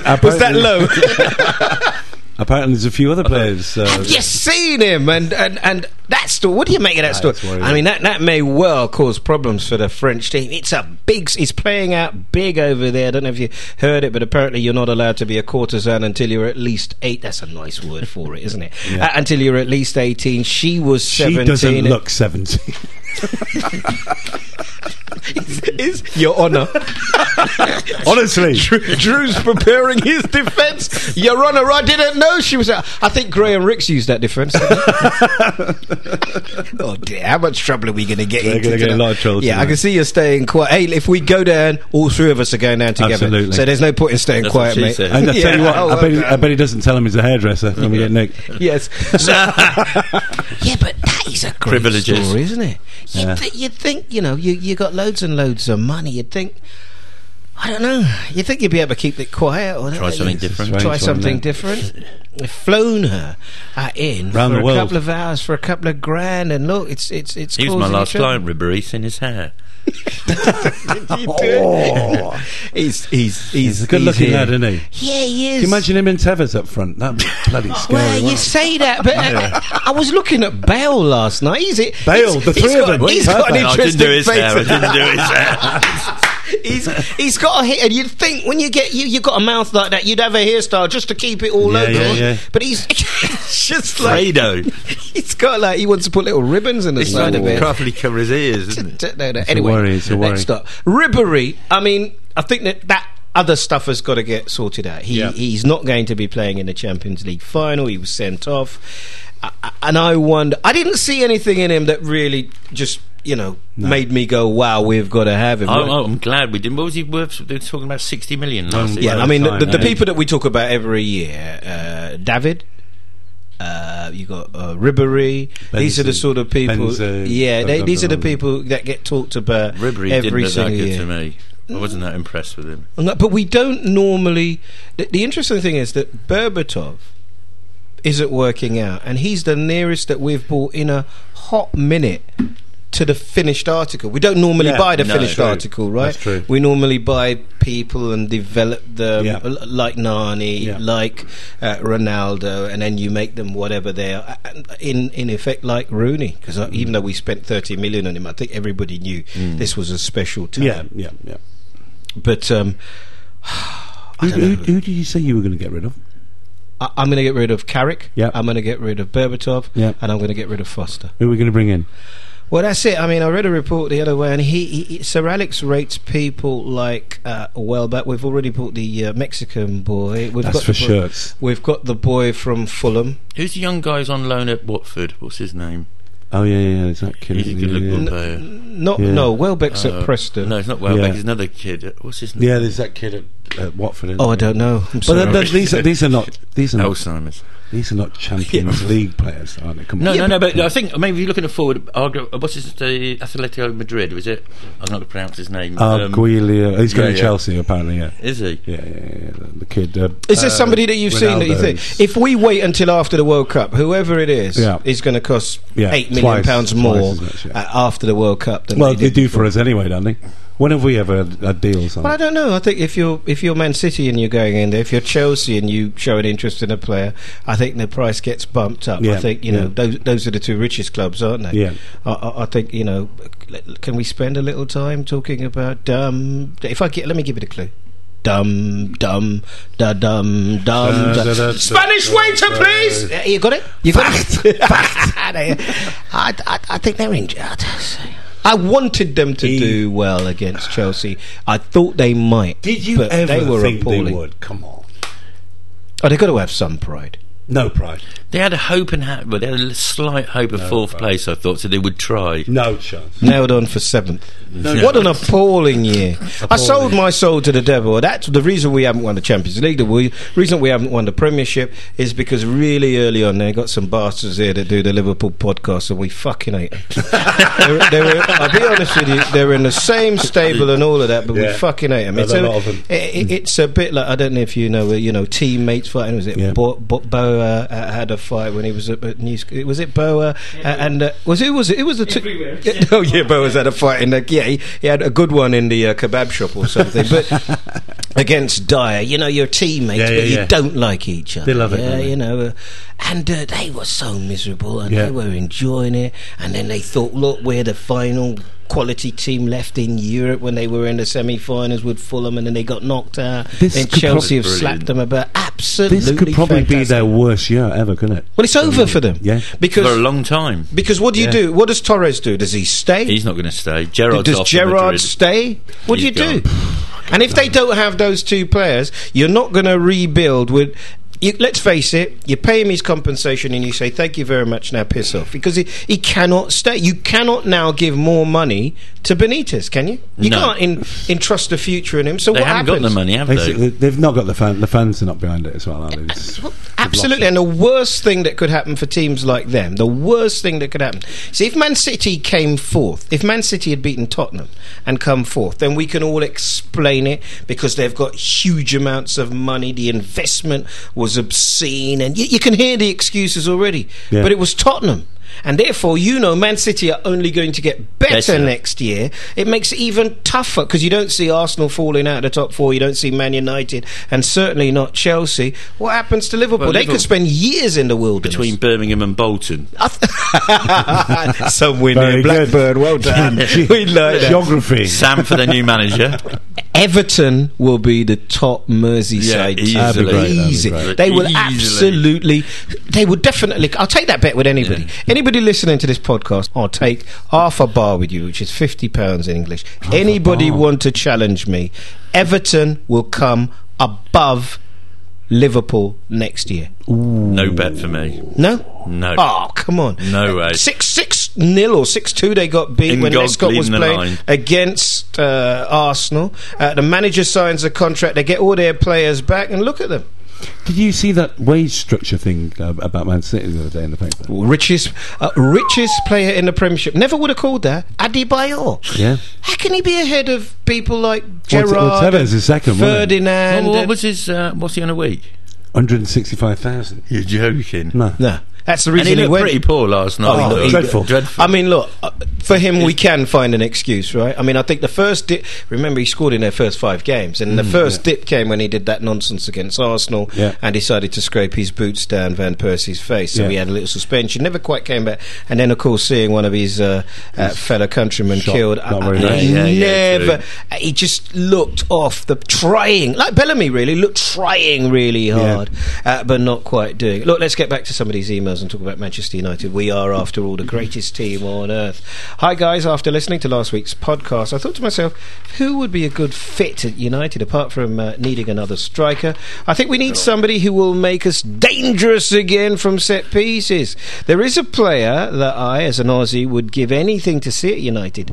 Speaker 2: Appar-
Speaker 1: was that
Speaker 2: apparently-
Speaker 1: <laughs> low?
Speaker 2: Apparently, there's a few other players. Uh,
Speaker 1: Have you seen him? And and and that story. What do you make of that story?
Speaker 2: That's worrying.
Speaker 1: I mean, that that may well cause problems for the French team. It's a big. It's playing out big over there. I don't know if you heard it, but apparently you're not allowed to be a courtesan until you're at least eight. That's a nice word for it, isn't it? Uh, until you're at least eighteen. She was
Speaker 2: She
Speaker 1: seventeen. <laughs>
Speaker 2: doesn't look 17.
Speaker 1: Is your
Speaker 2: <laughs>
Speaker 1: honour?
Speaker 2: Honestly.
Speaker 1: Drew's preparing his defence. Your Honour, I didn't know she was out. I think Graham Ricks used that defence.
Speaker 2: <laughs>
Speaker 1: oh dear, how much trouble are we going to get
Speaker 2: We're
Speaker 1: into?
Speaker 2: gonna get a
Speaker 1: tonight?
Speaker 2: lot of trouble
Speaker 1: Yeah, I
Speaker 2: tonight.
Speaker 1: can see you're staying quiet. Hey, if we go down, all three of us are going down together.
Speaker 2: Absolutely.
Speaker 1: So there's no point in staying
Speaker 3: That's what
Speaker 1: quiet,
Speaker 3: she
Speaker 1: mate.
Speaker 3: said.
Speaker 2: And I tell you
Speaker 1: <laughs> Yeah.
Speaker 2: what,
Speaker 1: Oh,
Speaker 2: I, bet he,
Speaker 1: okay.
Speaker 2: I bet he doesn't tell him he's a hairdresser when we get Nick.
Speaker 1: Yes. So- <laughs> yeah, but that is a great
Speaker 3: Privileges.
Speaker 1: story, isn't it? You'd,
Speaker 2: Yeah.
Speaker 1: thi- you'd think, you know, you you got loads and loads of money. You'd think, I don't know. You'd think you'd be able to keep it quiet or
Speaker 3: Try something different.
Speaker 2: Strange
Speaker 1: Try
Speaker 2: one,
Speaker 1: something
Speaker 2: yeah.
Speaker 1: different. They've flown her uh, in
Speaker 2: Round
Speaker 1: for
Speaker 2: the
Speaker 1: a
Speaker 2: world.
Speaker 1: couple of hours for a couple of grand, and look, it's it's it's.
Speaker 3: He was my
Speaker 1: causing
Speaker 3: last
Speaker 1: you trouble. <laughs>
Speaker 3: client, Ribery's in his hair.
Speaker 2: Oh,
Speaker 1: <laughs> He's he's
Speaker 2: he's a good looking
Speaker 1: here.
Speaker 2: lad, isn't he?
Speaker 1: Yeah, he is.
Speaker 2: Can you imagine him and Tevez up front? That'd be
Speaker 1: <laughs>
Speaker 2: bloody scary.
Speaker 1: Well, you
Speaker 2: wouldn't it?
Speaker 1: say that, but I, I was looking at Bale last night. He's it.
Speaker 2: Bale,
Speaker 1: he's-
Speaker 2: the
Speaker 1: he's
Speaker 2: three of
Speaker 1: got-
Speaker 2: them.
Speaker 1: He's got an
Speaker 3: No, I didn't
Speaker 1: interesting
Speaker 3: do his
Speaker 1: face.
Speaker 3: hair. I didn't do his hair.
Speaker 1: He's he's got a hit, and you'd think when you get you you got a mouth like that, you'd have a hairstyle just to keep it all
Speaker 2: Yeah,
Speaker 1: over.
Speaker 2: yeah, yeah.
Speaker 1: But he's <laughs> just <laughs> like
Speaker 3: Fredo.
Speaker 1: he's got like he wants to put little ribbons in the
Speaker 3: It's
Speaker 1: side of it.
Speaker 3: craftily cover his ears, isn't
Speaker 1: D- <laughs>
Speaker 3: it?
Speaker 1: no, no.
Speaker 2: a
Speaker 1: Anyway,
Speaker 2: worry, it's a worry.
Speaker 1: next up, Ribery. I mean, I think that that other stuff has got to get sorted out. He
Speaker 2: Yeah.
Speaker 1: he's not going to be playing in the Champions League final. He was sent off, I, I- and I wonder. I didn't see anything in him that really just you know made me go, "Wow, we've got to have him."
Speaker 3: I'm,
Speaker 1: Right?
Speaker 3: I'm glad we didn't. What was he worth? They were talking about 60 million last
Speaker 2: Um,
Speaker 3: year.
Speaker 1: yeah,
Speaker 2: well,
Speaker 1: I mean,
Speaker 2: fine,
Speaker 1: the, the
Speaker 2: eh?
Speaker 1: people that we talk about every year, uh, David. Uh, you got uh, Ribery. These are the
Speaker 2: Benson.
Speaker 1: sort of people.
Speaker 2: Benson.
Speaker 1: yeah, they, these are the
Speaker 2: Benson.
Speaker 1: people that get talked about
Speaker 3: Ribery
Speaker 1: every
Speaker 3: didn't look that
Speaker 1: single
Speaker 3: good
Speaker 1: year.
Speaker 3: to me. I wasn't that impressed with him.
Speaker 1: And that- But we don't normally. The, the interesting thing is that Berbatov isn't working out, and he's the nearest that we've bought in a hot minute to the finished article. We don't normally
Speaker 2: Yeah,
Speaker 1: buy the
Speaker 3: no,
Speaker 1: finished
Speaker 2: true.
Speaker 1: article, right?
Speaker 2: That's true.
Speaker 1: We normally buy people and develop them
Speaker 2: Yeah.
Speaker 1: l- like Nani,
Speaker 2: Yeah.
Speaker 1: like uh, Ronaldo, and then you make them whatever they are. And In in effect, like Rooney, because even though we spent thirty million on him, I think everybody knew this was a special time.
Speaker 2: Mm. Yeah, yeah, yeah.
Speaker 1: but. Um,
Speaker 2: Who,
Speaker 1: don't know.
Speaker 2: who, who did you say you were going to get rid of?
Speaker 1: I- I'm going to get rid of Carrick.
Speaker 2: Yep.
Speaker 1: I'm going to get rid of Berbatov.
Speaker 2: Yep.
Speaker 1: And I'm going to get rid of Foster.
Speaker 2: Who are we going to bring in?
Speaker 1: Well, that's it. I mean, I read a report the other way, and he, he- he- Sir Alex rates people like uh, well back. We've already bought the uh, Mexican boy. We've
Speaker 2: That's
Speaker 1: got
Speaker 2: for
Speaker 1: the boy-
Speaker 2: shirts.
Speaker 1: We've got the boy from Fulham.
Speaker 3: Who's the young guy who's on loan at Watford? What's his name?
Speaker 2: Oh yeah, yeah, yeah. Is that kid?
Speaker 3: He's a good
Speaker 2: yeah,
Speaker 3: looking
Speaker 2: yeah.
Speaker 3: player.
Speaker 1: Not
Speaker 2: Yeah.
Speaker 1: no Welbeck's
Speaker 3: Uh,
Speaker 1: at Preston.
Speaker 3: No, it's not Welbeck.
Speaker 2: Yeah.
Speaker 3: He's another kid. What's his name?
Speaker 2: yeah, there's that kid at, at Watford. isn't
Speaker 1: Oh, I
Speaker 2: there?
Speaker 1: don't know. I'm
Speaker 2: But
Speaker 1: sorry.
Speaker 2: th- th- these are these are not these are not,
Speaker 3: Alzheimer's.
Speaker 2: these are not
Speaker 3: <laughs>
Speaker 2: Champions League players, are they? Come on.
Speaker 3: No, no, no. But I think maybe you're looking at forward. Argo- What's his? The Atletico Madrid. Was it? I'm not going to pronounce his name.
Speaker 2: Uh, Guilio- he's going to
Speaker 3: Um, yeah, yeah.
Speaker 2: Chelsea apparently. Yeah,
Speaker 3: is he?
Speaker 2: yeah, yeah. yeah, yeah. The, the kid. Uh,
Speaker 1: Is there
Speaker 2: uh,
Speaker 1: somebody that you've seen that you
Speaker 2: Ronaldo's-
Speaker 1: think if we wait until after the World Cup, whoever it is,
Speaker 2: Yeah.
Speaker 1: is going to cost
Speaker 2: Yeah,
Speaker 1: eight million
Speaker 2: twice-
Speaker 1: pounds
Speaker 2: twice
Speaker 1: more
Speaker 2: as much, yeah.
Speaker 1: uh, after the World Cup than
Speaker 2: Well,
Speaker 1: they
Speaker 2: they
Speaker 1: did?
Speaker 2: do for us anyway, don't they? When have we ever had, had deals on?
Speaker 1: But I don't know. I think if you're if you're Man City and you're going in there, if you're Chelsea and you show an interest in a player, I think the price gets bumped up. I
Speaker 2: Yeah,
Speaker 1: think you know
Speaker 2: yeah.
Speaker 1: those those are the two richest clubs, aren't they?
Speaker 2: Yeah.
Speaker 1: I, I, I think you know. Can we spend a little time talking about? Um, if I get, let me give it a clue. Dum dum da dum dum.
Speaker 2: Uh, Da, da,
Speaker 1: da.
Speaker 2: da,
Speaker 1: Spanish
Speaker 2: da,
Speaker 1: waiter,
Speaker 2: da,
Speaker 1: please. Yeah, You got it. You got
Speaker 2: <laughs>
Speaker 1: it. <laughs> I, I, I think they're injured. I wanted them to
Speaker 2: He-
Speaker 1: do well against Chelsea. I thought they might.
Speaker 2: Did you
Speaker 1: but
Speaker 2: ever
Speaker 1: They were
Speaker 2: think
Speaker 1: appalling.
Speaker 2: they would? Come on.
Speaker 1: Oh, they got to have some pride.
Speaker 2: No pride.
Speaker 3: They had a hope and ha- well, they had a slight hope of fourth
Speaker 2: right.
Speaker 3: place, I thought, so they would try.
Speaker 2: No chance.
Speaker 1: Nailed on for seventh. What an appalling year! I sold my soul to the devil. That's the reason we haven't won the Champions League. The we- reason we haven't won the Premiership is because really early on they got some bastards here that do the Liverpool podcast, and we fucking hate them.
Speaker 2: <laughs>
Speaker 1: they're, they're, I'll be honest with you, they're in the same stable and all of that, but we
Speaker 2: Yeah.
Speaker 1: fucking hate them.
Speaker 2: There's
Speaker 1: It's
Speaker 2: a
Speaker 1: a,
Speaker 2: lot of them.
Speaker 1: it- it- it's a bit like I don't know if you know, uh, you know, teammates fighting. Was it
Speaker 2: Yeah.
Speaker 1: Bo, Bo, Boa uh, had a fight when he was at at New School? Was it Boa? Uh, and uh, was it was it, it was the two
Speaker 4: Everywhere.
Speaker 1: Yeah, oh yeah, Boa's had a fight in the yeah. He, he had a good one in the uh, kebab shop or something, but
Speaker 2: <laughs>
Speaker 1: against Dyer, you know, your teammates,
Speaker 2: Yeah, yeah,
Speaker 1: but you
Speaker 2: yeah.
Speaker 1: don't like each other.
Speaker 2: They love it,
Speaker 1: yeah,
Speaker 2: don't they?
Speaker 1: you know, uh, and uh, they were so miserable, and
Speaker 2: Yeah.
Speaker 1: they were enjoying it, and then they thought, look, we're the final quality team left in Europe when they were in the semi-finals with Fulham, and then they got knocked out.
Speaker 2: This
Speaker 1: and
Speaker 2: could
Speaker 1: Chelsea
Speaker 3: probably-
Speaker 1: have slapped them about absolutely.
Speaker 2: This could probably be
Speaker 1: fantastic.
Speaker 2: their worst year ever, couldn't it?
Speaker 1: Well, it's over for them.
Speaker 2: Yeah.
Speaker 3: For a
Speaker 1: because.
Speaker 3: long time.
Speaker 1: Because what do you
Speaker 2: Yeah.
Speaker 1: do? What does Torres do? Does he stay?
Speaker 3: He's not going to stay. Gerrard's
Speaker 1: Does
Speaker 3: off to
Speaker 1: Gerard
Speaker 3: Madrid.
Speaker 1: stay? What
Speaker 3: He's
Speaker 1: do you do?
Speaker 3: gone.
Speaker 1: And if they don't have those two players, you're not going to rebuild with. You, let's face it, you pay him his compensation and you say, thank you very much, now piss off. Because he, he cannot stay. You cannot now give more money to Benitez, can you? You
Speaker 3: No.
Speaker 1: can't en- entrust the future in him. So
Speaker 3: They
Speaker 1: what
Speaker 3: haven't
Speaker 1: happens?
Speaker 3: got the money, have they?
Speaker 2: Basically, they've not got the fan. The fans are not behind it as well, are they? It's-
Speaker 1: Absolutely, and the worst thing that could happen for teams like them, the worst thing that could happen. See, if Man City came fourth, if Man City had beaten Tottenham and come fourth, then we can all explain it because they've got huge amounts of money. The investment was obscene, and you, you can hear the excuses already.
Speaker 2: Yeah.
Speaker 1: But it was Tottenham. And therefore, you know, Man City are only going to get better,
Speaker 3: Better.
Speaker 1: next year. It makes it even tougher because you don't see Arsenal falling out of the top four. You don't see Man United, and certainly not Chelsea. What happens to Liverpool?
Speaker 3: Well,
Speaker 1: they
Speaker 3: Liverpool-
Speaker 1: could spend years in the wilderness. <laughs>
Speaker 3: Between <laughs> Birmingham and Bolton.
Speaker 1: somewhere near
Speaker 2: Very good.
Speaker 1: Blackburn.
Speaker 2: <laughs>
Speaker 1: Well done. we like that.
Speaker 2: Geography.
Speaker 3: Sam for their new manager.
Speaker 1: Everton will be the top Merseyside
Speaker 3: Yeah,
Speaker 1: team.
Speaker 3: easily. That'd be great,
Speaker 2: that'd be
Speaker 1: Easy.
Speaker 2: great.
Speaker 1: They will
Speaker 3: Easily.
Speaker 1: absolutely. They will definitely. I'll take that bet with anybody. Anybody listening to this podcast, I'll take half a bar with you, which is fifty pounds in English. anybody
Speaker 2: bar.
Speaker 1: want to challenge me? Everton will come above Liverpool next year.
Speaker 3: No bet for me.
Speaker 1: No.
Speaker 3: No.
Speaker 1: Oh come on!
Speaker 3: No way.
Speaker 1: Six six nil or six two. They got beat when
Speaker 3: Ingold
Speaker 1: Lescott was
Speaker 3: leading the
Speaker 1: playing
Speaker 3: line.
Speaker 1: against uh, Arsenal. Uh, the manager signs a contract. They get all their players back, and look at them.
Speaker 2: Did you see that wage structure thing uh, about Man City the other day in the paper?
Speaker 1: Richest uh, richest player in the Premiership. Never would have called that Adebayor.
Speaker 2: Yeah.
Speaker 1: How can he be ahead of people like Gerard,
Speaker 2: well, Tevez is second, wasn't he?
Speaker 1: Ferdinand?
Speaker 3: Well, what
Speaker 1: and-
Speaker 3: was his? Uh, what's he on a week?
Speaker 2: 165,000.
Speaker 3: You're joking.
Speaker 2: No.
Speaker 1: no, that's the
Speaker 3: And he
Speaker 1: reason
Speaker 3: looked
Speaker 1: went.
Speaker 3: pretty poor last night.
Speaker 1: Oh,
Speaker 3: I thought.
Speaker 1: he-
Speaker 2: dreadful.
Speaker 3: Dreadful.
Speaker 1: I mean, look, uh, for him, we can find an excuse, right? I mean, I think the first dip. Remember, he scored in their first five games, and the first dip came when he did that nonsense against Arsenal
Speaker 2: Mm, Yeah.
Speaker 1: and decided to scrape his boots down Van Persie's face. So
Speaker 2: Yeah.
Speaker 1: he had a little suspension, never quite came back. And then, of course, seeing one of his uh, uh, fellow countrymen
Speaker 2: Shot.
Speaker 1: killed,
Speaker 2: Not very
Speaker 1: I- I-
Speaker 2: nice.
Speaker 1: he
Speaker 3: Yeah, yeah,
Speaker 1: never. uh, he just looked off the trying, like Bellamy really looked trying really
Speaker 2: Yeah.
Speaker 1: hard uh, but not quite doing. Look, let's get back to some of these emails and talk about Manchester United. We are, after all, the greatest team on earth. Hi, guys. After listening to last week's podcast, I thought to myself, who would be a good fit at United apart from uh, needing another striker? I think we need somebody who will make us dangerous again from set pieces. There is a player that I, as an Aussie, would give anything to see at United.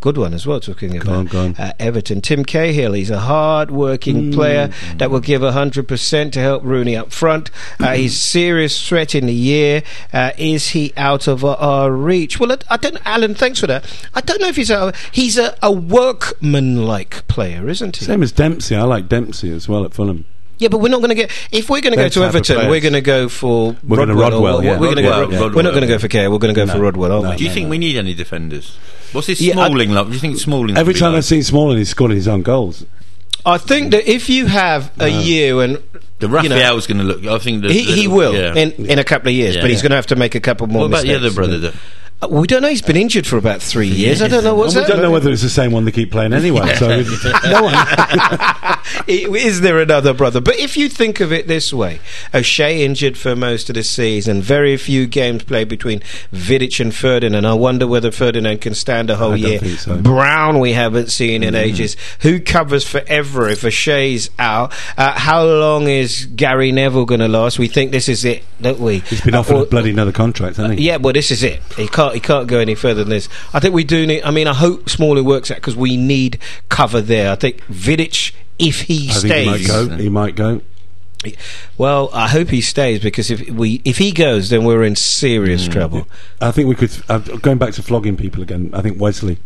Speaker 1: Good one as well, talking about
Speaker 2: on, go on. Hmm.
Speaker 1: uh, Everton. Tim Cahill, he's a hard working player that will give 100% to help Rooney up front.
Speaker 2: Hmm.
Speaker 1: Uh, he's serious threat in the year. Uh, is he out of our, our reach? Well, I, I don't Alan, thanks for that. I don't know if he's out of, He's a, a workman like player, isn't he?
Speaker 2: Same as Dempsey. I like Dempsey as well at Fulham.
Speaker 1: Yeah, but we're not going to get. If we're going to go
Speaker 2: Those
Speaker 1: to
Speaker 2: type of
Speaker 1: Everton,
Speaker 2: players.
Speaker 1: we're going to go for
Speaker 2: We're gonna
Speaker 1: Rodwell. or-
Speaker 2: Rodwell,
Speaker 1: or-
Speaker 2: yeah.
Speaker 1: We're, gonna go,
Speaker 3: Rodwell, yeah.
Speaker 1: we're not going to go for Kerr. We're going to go for Rodwell, aren't
Speaker 2: No.
Speaker 1: we?
Speaker 3: Do you think we need any defenders? What's this
Speaker 1: Yeah, I-
Speaker 3: Smalling like? Do you think Smalling?
Speaker 2: Every
Speaker 3: would be
Speaker 2: time
Speaker 3: like?
Speaker 2: I've seen Smalling, he's scoring his own goals.
Speaker 1: I think that if you have a year and
Speaker 3: the
Speaker 1: you know,
Speaker 3: Raphael's going to look. I think the,
Speaker 1: he,
Speaker 3: the-
Speaker 1: he will
Speaker 3: Yeah.
Speaker 1: in, in a couple of years,
Speaker 3: Yeah.
Speaker 1: but he's
Speaker 3: Yeah.
Speaker 1: going to have to make a couple more
Speaker 3: what about the
Speaker 1: mistakes.
Speaker 3: other brother? though?
Speaker 1: Uh, We don't know. He's been injured for about three years. I don't know what's
Speaker 2: and we don't
Speaker 1: happened.
Speaker 2: know whether it's the same one they keep
Speaker 1: <laughs>
Speaker 2: playing anyway. So no one.
Speaker 1: I- <laughs> Is there another brother? But if you think of it this way, O'Shea injured for most of the season, very few games played between Vidic and Ferdinand. I wonder whether Ferdinand can stand a whole
Speaker 2: I don't
Speaker 1: year.
Speaker 2: think so.
Speaker 1: Brown, we haven't seen in ages. Who covers forever if O'Shea's out? Uh, how long is Gary Neville going to last? We think this is it, don't we?
Speaker 2: He's been
Speaker 1: Uh,
Speaker 2: offered
Speaker 1: or-
Speaker 2: a bloody another contract, hasn't he?
Speaker 1: yeah, well, this is it. He can't. He can't go any further than this. I think we do need. I mean, I hope Smalling works out because we need cover there. I think Vidic, if he
Speaker 2: I think he might
Speaker 1: stays,
Speaker 2: go. He might go.
Speaker 1: well, I hope he stays because if we if he goes, then we're in serious
Speaker 2: Mm.
Speaker 1: trouble.
Speaker 2: I think we could. Uh, going back to flogging people again. I think Wesley.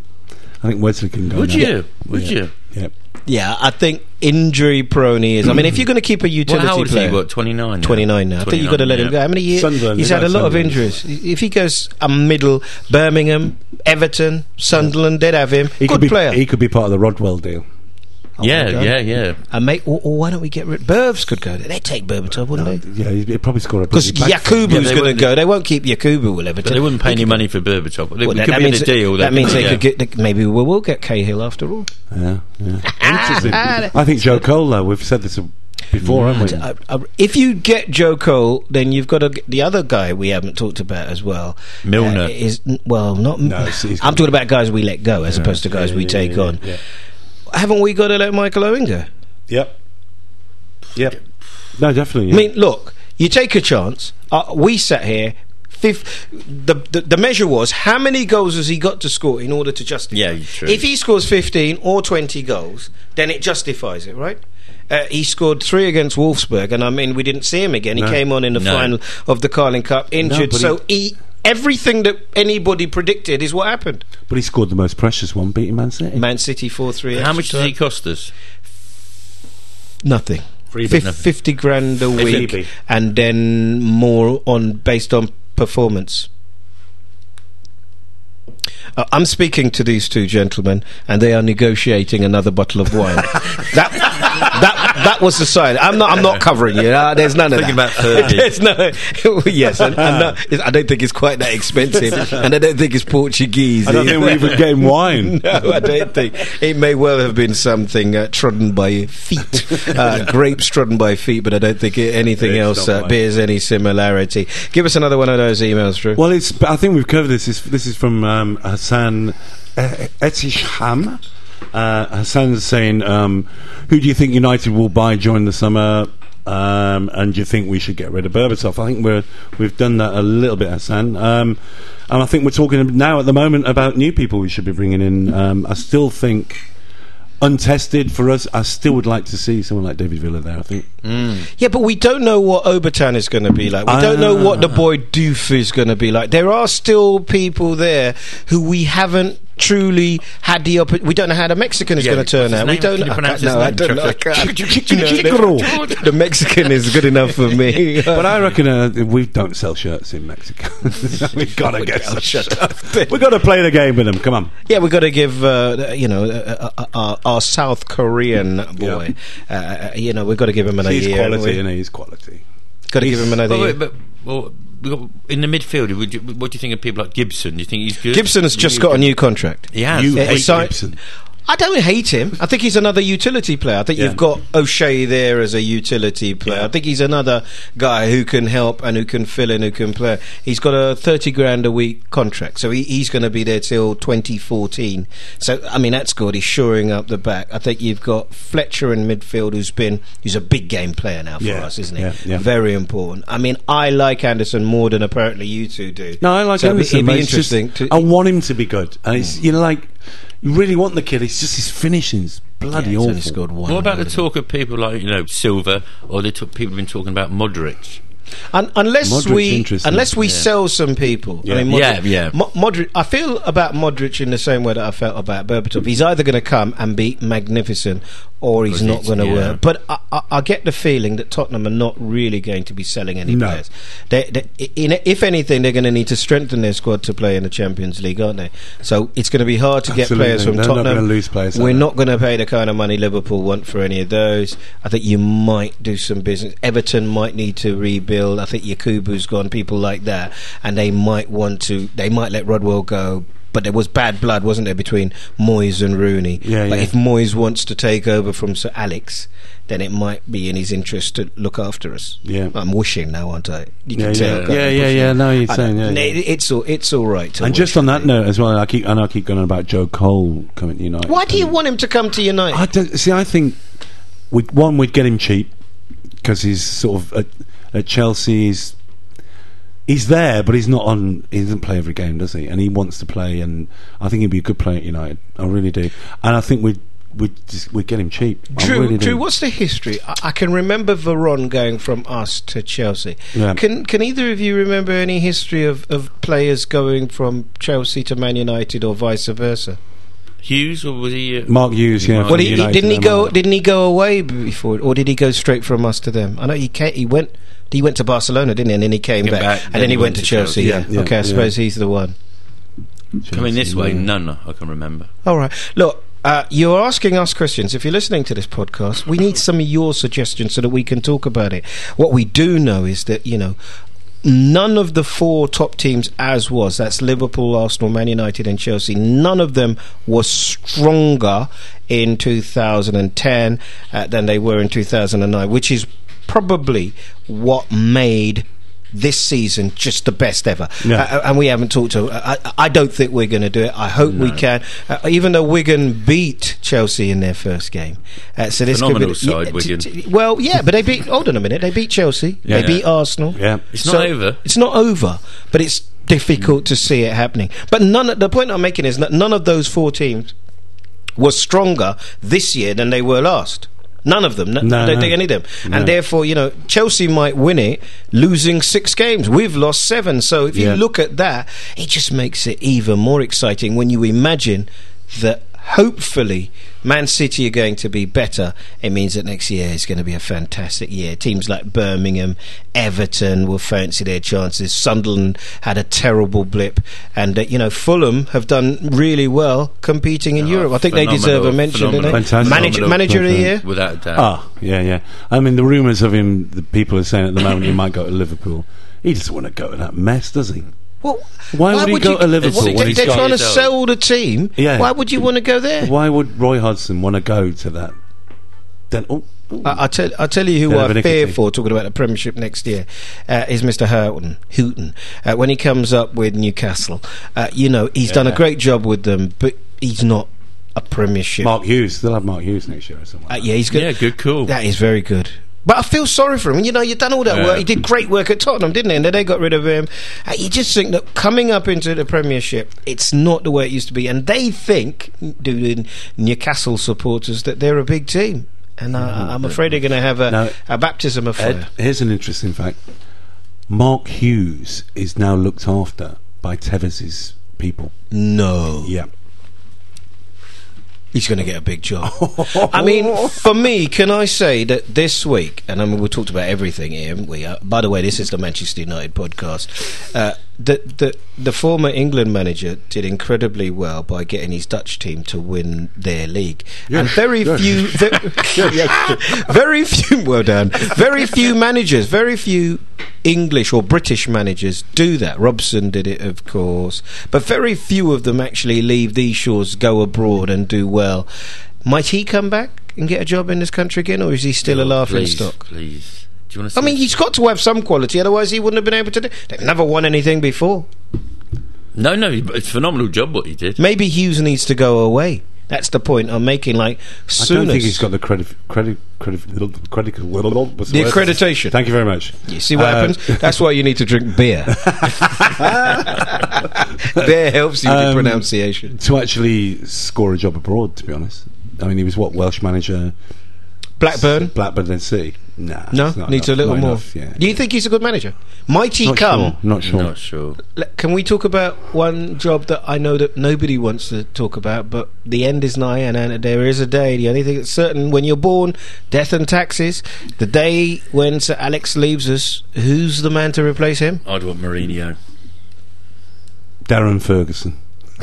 Speaker 2: I think Wesley can go.
Speaker 3: Would
Speaker 2: now.
Speaker 3: you? Would you?
Speaker 2: Yeah.
Speaker 1: Yeah, I think injury prone he is. I mean, if you're going to keep a
Speaker 3: Well,
Speaker 1: utility
Speaker 3: how old is
Speaker 1: player.
Speaker 3: he? What? Twenty nine.
Speaker 1: 29 now. I think you've got to let him go. How many years?
Speaker 2: Sunderland,
Speaker 1: He's
Speaker 2: he's
Speaker 1: had a
Speaker 2: at
Speaker 1: lot of
Speaker 2: Sunderland.
Speaker 1: injuries. If he goes a middle, Birmingham, Everton, Sunderland, they'd have him.
Speaker 2: He
Speaker 1: Good
Speaker 2: could be,
Speaker 1: player.
Speaker 2: He could be part of the Rodwell deal.
Speaker 1: Oh,
Speaker 3: Yeah,
Speaker 1: my God.
Speaker 3: yeah, yeah.
Speaker 1: And make, or, or why don't we get rid? Burbs could go. there. They'd take Berbatov, wouldn't they?
Speaker 2: Yeah, he'd he'd probably score a.
Speaker 1: Because
Speaker 2: bloody back-
Speaker 3: Yeah,
Speaker 1: Yakubu's
Speaker 3: they
Speaker 1: going
Speaker 3: wouldn't-
Speaker 1: to go. They won't keep Yakubu with Everton.
Speaker 3: But they wouldn't pay
Speaker 1: They
Speaker 3: any
Speaker 1: could-
Speaker 3: money for Berbatov. Well,
Speaker 1: Well,
Speaker 3: we could be in a deal.
Speaker 1: that means they
Speaker 3: yeah.
Speaker 1: could get. they- maybe we will get Cahill after all.
Speaker 2: Yeah, yeah.
Speaker 1: <laughs>
Speaker 2: Interesting. I think Joe Cole. Though we've said this before, haven't we?
Speaker 1: I- I- if you get Joe Cole, then you've got to get the other guy we haven't talked about as well.
Speaker 3: Milner.
Speaker 1: uh, is well not.
Speaker 2: No, it's- he's-
Speaker 1: I'm talking about guys we let go as opposed to guys
Speaker 2: Yeah,
Speaker 1: we
Speaker 2: yeah,
Speaker 1: take
Speaker 2: yeah,
Speaker 1: on.
Speaker 2: yeah.
Speaker 1: Haven't we got to let Michael Owen go?
Speaker 2: Yep. Yep. No,
Speaker 1: I
Speaker 2: definitely. yeah.
Speaker 1: mean, look, you take a chance. Uh, we sat here. Fifth, the, the the measure was how many goals has he got to score in order to justify?
Speaker 3: Yeah, true.
Speaker 1: If he scores fifteen or twenty goals, then it justifies it, right? Uh, he scored three against Wolfsburg, and I mean, we didn't see him again.
Speaker 2: No.
Speaker 1: He came on in the
Speaker 3: No.
Speaker 1: final of the Carling Cup injured.
Speaker 2: but
Speaker 1: so he, everything that anybody predicted is what happened.
Speaker 2: but he scored the most precious one, beating Man City.
Speaker 1: Man City four three.
Speaker 3: How much does he cost us?
Speaker 1: Nothing.
Speaker 2: Free,
Speaker 1: Fif-
Speaker 3: but nothing.
Speaker 1: Fifty grand a week,
Speaker 2: Freebie.
Speaker 1: and then more on based on performance. Uh, I'm speaking to these two gentlemen, and they are negotiating another bottle of wine. that that that was the sign. I'm not. I'm not covering you. Uh, there's none of
Speaker 3: Thinking
Speaker 1: that.
Speaker 3: about Fergie.
Speaker 1: there's no. <laughs> yes, and, and no, it's- I don't think it's quite that expensive, and I don't think it's Portuguese.
Speaker 2: I don't
Speaker 1: either.
Speaker 2: think we even gave him wine.
Speaker 1: <laughs> No, I don't think. It may well have been something uh, trodden by
Speaker 3: <laughs>
Speaker 1: feet, uh, grapes trodden by feet, but I don't think it, anything
Speaker 2: It's
Speaker 1: else
Speaker 2: not
Speaker 1: uh,
Speaker 2: mine.
Speaker 1: bears any similarity. Give us another one of those emails, Drew.
Speaker 2: Well, it's. But I think we've covered this. This, this is from um, Hassan E- Etisham. Uh, Hassan's saying, um, "Who do you think United will buy during the summer?" Um, and do you think we should get rid of Berbatov? I think we're we've done that a little bit, Hassan. Um, and I think we're talking now at the moment about new people we should be bringing in. Um, I still think untested for us. I still would like to see someone like David Villa there. I think.
Speaker 1: Yeah, but we don't know what Obertan is going to be like. We don't know what
Speaker 3: Ah.
Speaker 1: the boy Doof is going to be like. There are still people there who we haven't truly had the opportunity. We don't know how the Mexican is
Speaker 3: Yeah,
Speaker 1: going to turn
Speaker 3: what's his
Speaker 1: out. We
Speaker 3: name?
Speaker 1: don't.
Speaker 3: Can you
Speaker 1: I
Speaker 3: pronounce
Speaker 1: can't- no,
Speaker 3: his
Speaker 1: I don't
Speaker 3: name,
Speaker 1: know. I
Speaker 3: <laughs>
Speaker 1: can't.
Speaker 2: Chicken-
Speaker 1: <laughs> No,
Speaker 2: chicken roll.
Speaker 1: the, the Mexican is good enough for me.
Speaker 3: <laughs>
Speaker 2: But I reckon uh, we don't sell shirts
Speaker 1: <laughs>
Speaker 2: in Mexico. <laughs> We've got to get some shirts. We've got to play the game with them. Come on.
Speaker 1: Yeah, we've got to give uh, you know uh, uh, our, our South Korean boy. Uh, you know, we've got to give him another
Speaker 2: He's
Speaker 1: year.
Speaker 2: quality,
Speaker 1: We've
Speaker 2: and he's quality.
Speaker 1: got to give him another
Speaker 3: But,
Speaker 1: year.
Speaker 3: wait, but well, we got, in the midfield, would you, what do you think of people like Gibson? Do you think he's good?
Speaker 1: Gibson has just got a new contract.
Speaker 3: He has.
Speaker 2: You
Speaker 1: Yeah,
Speaker 2: hate
Speaker 1: Ah, so-
Speaker 2: Gibson.
Speaker 1: I don't hate him. I think he's another utility player. I think
Speaker 2: Yeah.
Speaker 1: you've got O'Shea there as a utility player. I think he's another guy who can help and who can fill in, who can play. He's got a 30 grand a week contract, so he, he's going to be there till 2014. So, I mean, that's good. He's shoring up the back. I think you've got Fletcher in midfield, who's been, he's a big game player now for
Speaker 2: Yeah,
Speaker 1: us, isn't he?
Speaker 2: yeah, yeah.
Speaker 1: Very important. I mean, I like Anderson more than apparently you two do.
Speaker 2: No, I like
Speaker 1: So it'd be-
Speaker 2: Anderson.
Speaker 1: It'd
Speaker 2: mate.
Speaker 1: be
Speaker 2: It's Oh, just-
Speaker 1: interesting to. Mm.
Speaker 2: I want him to be good. And it's, you know, like, you really want the kid. It's just his finishing's bloody
Speaker 1: he's
Speaker 2: awful.
Speaker 1: only scored one.
Speaker 3: What about the
Speaker 1: goal.
Speaker 3: talk of people like you know Silva, or the t- people have been talking about Modric?
Speaker 1: Un- unless
Speaker 2: Modric's
Speaker 1: we
Speaker 2: interesting.
Speaker 1: unless we sell some people. I mean, Modric,
Speaker 3: Yeah, yeah.
Speaker 1: Mo- Modric. I feel about Modric in the same way that I felt about Berbatov. He's either going to come and be magnificent, or he's
Speaker 3: Because
Speaker 1: not
Speaker 3: it's-
Speaker 1: going to
Speaker 3: yeah.
Speaker 1: work. But I, I, I get the feeling that Tottenham are not really going to be selling any
Speaker 2: No.
Speaker 1: players. They, they, in, if anything, they're going to need to strengthen their squad to play in the Champions League, aren't they? So it's going to be hard to
Speaker 2: Absolutely.
Speaker 1: get players from
Speaker 2: They're not
Speaker 1: Tottenham.
Speaker 2: gonna lose players, are
Speaker 1: We're
Speaker 2: they?
Speaker 1: not going to pay the kind of money Liverpool want for any of those. I think you might do some business. Everton might need to rebuild. I think Yakubu's gone. People like that, and they might want to. They might let Rodwell go. But there was bad blood, wasn't there, between Moyes and Rooney?
Speaker 2: Yeah,
Speaker 1: but
Speaker 2: yeah.
Speaker 1: if Moyes wants to take over from Sir Alex, then it might be in his interest to look after us.
Speaker 2: Yeah.
Speaker 1: I'm wishing now, aren't I? You
Speaker 2: yeah,
Speaker 1: can tell.
Speaker 2: yeah,
Speaker 1: God,
Speaker 2: yeah,
Speaker 1: I'm
Speaker 2: yeah,
Speaker 1: pushing.
Speaker 2: yeah. No, you're
Speaker 1: I-
Speaker 2: saying, yeah,
Speaker 1: n-
Speaker 2: yeah.
Speaker 1: It's all it's all right. To
Speaker 2: And
Speaker 1: wish,
Speaker 2: just on that
Speaker 1: really.
Speaker 2: note as well, I keep and I keep going on about Joe Cole coming to United.
Speaker 1: why do you want him to come to United?
Speaker 2: I don't see. I think we one we'd get him cheap because he's sort of at, at Chelsea. He's, he's there, but he's not on. He doesn't play every game, does he? And he wants to play, and I think he'd be a good player at United. I really do, and I think we'd we'd just, we'd get him cheap. I
Speaker 1: Drew,
Speaker 2: really do.
Speaker 1: Drew, what's the history? I, I can remember Veron going from us to Chelsea.
Speaker 2: Yeah.
Speaker 1: Can Can either of you remember any history of, of players going from Chelsea to Man United or vice versa?
Speaker 3: Hughes or was he? Uh,
Speaker 2: Mark Hughes, yeah.
Speaker 3: Well,
Speaker 1: Well,
Speaker 2: from
Speaker 1: he, he-
Speaker 2: United,
Speaker 1: didn't he
Speaker 2: um,
Speaker 1: go? Didn't he go away before, or did he go straight from us to them? I know he ca he went. He went to Barcelona, didn't he? And then he came
Speaker 3: Came
Speaker 1: back,
Speaker 3: back,
Speaker 1: and then he went to Chelsea. Yeah.
Speaker 2: Yeah,
Speaker 1: okay, I
Speaker 2: yeah.
Speaker 1: suppose he's the one.
Speaker 3: coming this way,
Speaker 2: yeah.
Speaker 3: none I can remember.
Speaker 1: All right. Look, uh, you're asking us questions. If you're listening to this podcast, we need some of your suggestions so that we can talk about it. What we do know is that, you know, none of the four top teams, as was that's Liverpool, Arsenal, Man United, and Chelsea, none of them were stronger in 2010 uh, than they were in 2009, which is probably what made this season just the best ever.
Speaker 2: Yeah.
Speaker 1: Uh, and we haven't talked to. I, I- I don't think we're going to do it. I hope we can. Uh, even though Wigan beat Chelsea in their first game, uh, so this
Speaker 3: Phenomenal
Speaker 1: could be, the-
Speaker 3: side, Wigan.
Speaker 1: well, yeah, but they beat. hold on a minute. They beat Chelsea.
Speaker 3: Yeah.
Speaker 1: they beat Arsenal.
Speaker 2: Yeah.
Speaker 3: It's not over.
Speaker 1: It's not over, but it's difficult to see it happening. But none. Of, the point I'm making is that none of those four teams were stronger this year than they were last. None of them. No,
Speaker 2: No,
Speaker 1: I don't
Speaker 2: no.
Speaker 1: think any of them.
Speaker 2: No.
Speaker 1: And therefore, you know, Chelsea might win it, losing six games. We've lost seven. So if
Speaker 2: Yeah.
Speaker 1: you look at that, it just makes it even more exciting when you imagine that hopefully Man City are going to be better. It means that next year is going to be a fantastic year. Teams like Birmingham, Everton will fancy their chances. Sunderland had a terrible blip. And, uh, you know, Fulham have done really well competing in
Speaker 3: Yeah,
Speaker 1: Europe. I think they deserve a
Speaker 3: phenomenal,
Speaker 1: mention, don't they?
Speaker 2: phenomenal.
Speaker 1: Manager,
Speaker 3: Phenomenal.
Speaker 1: manager of the
Speaker 2: Phenomenal.
Speaker 1: year?
Speaker 3: Without a doubt.
Speaker 2: Ah, yeah, yeah. I mean, the rumours of him, the people are saying at the moment he might go to Liverpool. He doesn't want to go to that mess, does
Speaker 1: <laughs>
Speaker 2: he?
Speaker 1: Well,
Speaker 2: Why would he go to Liverpool
Speaker 1: Well,
Speaker 2: when
Speaker 1: they-
Speaker 2: he's
Speaker 1: they're
Speaker 3: got-
Speaker 1: trying to sell the team.
Speaker 2: Yeah.
Speaker 1: Why would you want to go there?
Speaker 2: Why would Roy Hodgson want to go to that? Then, oh, oh.
Speaker 1: I, I tell I tell you who
Speaker 2: Bit of
Speaker 1: I
Speaker 2: an
Speaker 1: fear
Speaker 2: nicotine.
Speaker 1: for talking about the Premiership next year uh, is Mr. Houghton. Houghton, uh, when he comes up with Newcastle, uh, you know he's done a
Speaker 2: Yeah.
Speaker 1: great job with them, but he's not a Premiership.
Speaker 2: Mark Hughes. They'll have Mark Hughes next year or something.
Speaker 1: Uh,
Speaker 2: like
Speaker 1: yeah, he's good.
Speaker 3: yeah, good call.
Speaker 1: That is very good. But I feel sorry for him. You know, you've done all that
Speaker 3: Yeah.
Speaker 1: work. He did great work at Tottenham, didn't he? And then they got rid of him. Uh, You just think that coming up into the Premiership, it's not the way it used to be. And they think, doing Newcastle supporters, that they're a big team. And uh, I'm afraid they're going to have a,
Speaker 2: No.
Speaker 1: a baptism of
Speaker 2: that. Ed,
Speaker 1: fire.
Speaker 2: here's an interesting fact. Mark Hughes is now looked after by Tevez's people.
Speaker 1: No.
Speaker 2: Yeah.
Speaker 1: He's going to get a big job. <laughs> I mean, for me, can I say that this week, and I mean, we talked about everything here, haven't we? Uh, by the way, this is the Manchester United podcast. Uh, the, the, the former England manager did incredibly well by getting his Dutch team to win their league. and very
Speaker 2: <laughs> yes.
Speaker 1: few. ve- <laughs> very few. Well done. Very few managers, very few English or British managers do that. Robson did it, of course, but very few of them actually leave these shores, go abroad, and do well. Might he come back and get a job in this country again, or is he still
Speaker 2: Oh,
Speaker 1: a laughing
Speaker 3: please,
Speaker 1: stock?
Speaker 3: Please. Do you want to?
Speaker 1: I mean, he's got to have some quality, otherwise he wouldn't have been able to do. They've never won anything before.
Speaker 3: no, no. It's a phenomenal job what he did.
Speaker 1: Maybe Hughes needs to go away. That's the point I'm making. Like,
Speaker 2: I
Speaker 1: soon
Speaker 2: don't think
Speaker 1: as-
Speaker 2: he's got the credit, credit, credit, credit, credit what's
Speaker 1: the
Speaker 2: word?
Speaker 1: accreditation.
Speaker 2: Thank you very much.
Speaker 1: You see what
Speaker 2: Uh, <laughs>
Speaker 1: happens? That's why you need to drink beer. <laughs> beer helps you with your
Speaker 2: Um,
Speaker 1: pronunciation.
Speaker 2: to actually score a job abroad. To be honest, I mean, he was what Welsh manager,
Speaker 1: Blackburn.
Speaker 2: Blackburn, then City. Nah,
Speaker 1: No,
Speaker 2: it's not
Speaker 1: needs
Speaker 2: enough.
Speaker 1: a little
Speaker 2: Not
Speaker 1: more.
Speaker 2: enough, yeah.
Speaker 1: Do you think he's a good manager? Mighty
Speaker 2: Not
Speaker 1: come.
Speaker 2: sure. Not sure.
Speaker 3: Not sure.
Speaker 1: L- Can we talk about one job that I know that nobody wants to talk about, but the end is nigh, and, and there is a day. The only thing that's certain when you're born, death and taxes. The day when Sir Alex leaves us, who's the man to replace him?
Speaker 3: I'd want Mourinho.
Speaker 2: Darren Ferguson.
Speaker 1: <laughs>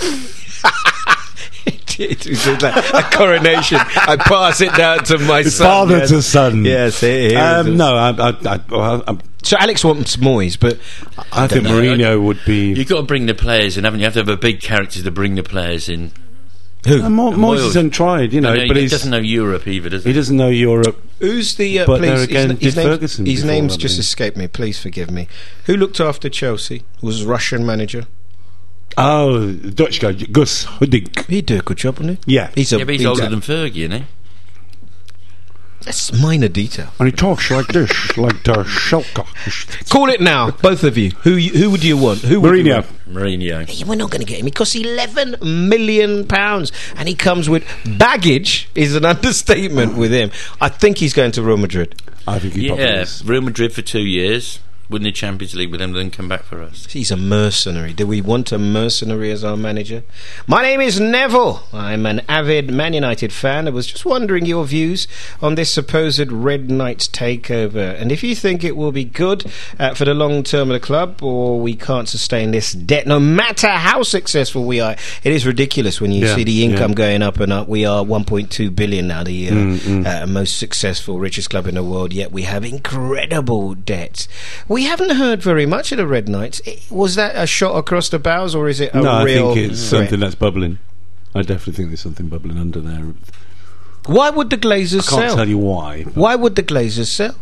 Speaker 1: it was just like a coronation. I pass it down to my son.
Speaker 2: Father
Speaker 1: yes.
Speaker 2: to son.
Speaker 1: Yes, it is.
Speaker 2: Um, no, I, I, I, well, I,
Speaker 1: So Alex wants Moyes, but
Speaker 2: I think
Speaker 3: know.
Speaker 2: Mourinho would be.
Speaker 3: You've got to bring the players in, haven't you? You have to have a big character to bring the players in.
Speaker 2: Uh, Mo-
Speaker 3: Moyes.
Speaker 2: Moyes is untried, you know,
Speaker 3: I know
Speaker 2: but
Speaker 3: he
Speaker 2: he's,
Speaker 3: doesn't know Europe either, does
Speaker 2: he
Speaker 3: he?
Speaker 2: doesn't know Europe.
Speaker 1: who's the? Uh,
Speaker 2: But
Speaker 1: please,
Speaker 2: there
Speaker 1: his
Speaker 2: again,
Speaker 1: na-
Speaker 2: did
Speaker 1: his, name's-
Speaker 2: Ferguson
Speaker 1: his
Speaker 2: before,
Speaker 1: name's
Speaker 2: haven't
Speaker 1: just
Speaker 2: he?
Speaker 1: escaped me. Please forgive me. Who looked after Chelsea? Was Russian manager.
Speaker 2: Oh, the Dutch guy, Gus Hiddink.
Speaker 1: He'd do a good job, wouldn't he?
Speaker 2: Yeah.
Speaker 1: He's a
Speaker 3: Yeah, but he's older than Fergie, isn't he?
Speaker 1: That's minor detail.
Speaker 2: And he talks like this, like the Schalke.
Speaker 1: Call it
Speaker 2: <laughs>
Speaker 1: now, both of you. Who you- who would you want? Who would you
Speaker 2: Mourinho.
Speaker 1: want?
Speaker 3: Mourinho.
Speaker 1: We're not going to get him. He costs eleven million pounds, and he comes with baggage. Is an <laughs> understatement with him. I think he's going to Real Madrid.
Speaker 2: I think he probably
Speaker 3: Yeah,
Speaker 2: is.
Speaker 3: Real Madrid for two years, win the Champions League with them, then come back for us.
Speaker 1: He's a mercenary. Do we want a mercenary as our manager? My name is Neville. I'm an avid Man United fan. I was just wondering your views on this supposed Red Knights takeover, and if you think it will be good uh, for the long term of the club, or we can't sustain this debt, no matter how successful we are. It is ridiculous when you
Speaker 2: Yeah,
Speaker 1: see the income
Speaker 2: yeah.
Speaker 1: going up and up. We are 1.2 billion now, the uh,
Speaker 2: Mm,
Speaker 1: uh, most successful, richest club in the world. Yet we have incredible debts. We haven't heard very much of the Red Knights. I was that a shot across the bows, or is it a
Speaker 2: no, I
Speaker 1: real?
Speaker 2: think it's
Speaker 1: threat?
Speaker 2: something that's bubbling. I definitely think there's something bubbling under there.
Speaker 1: Why would the Glazers
Speaker 2: I can't
Speaker 1: sell?
Speaker 2: tell you why. but
Speaker 1: Why would the Glazers sell?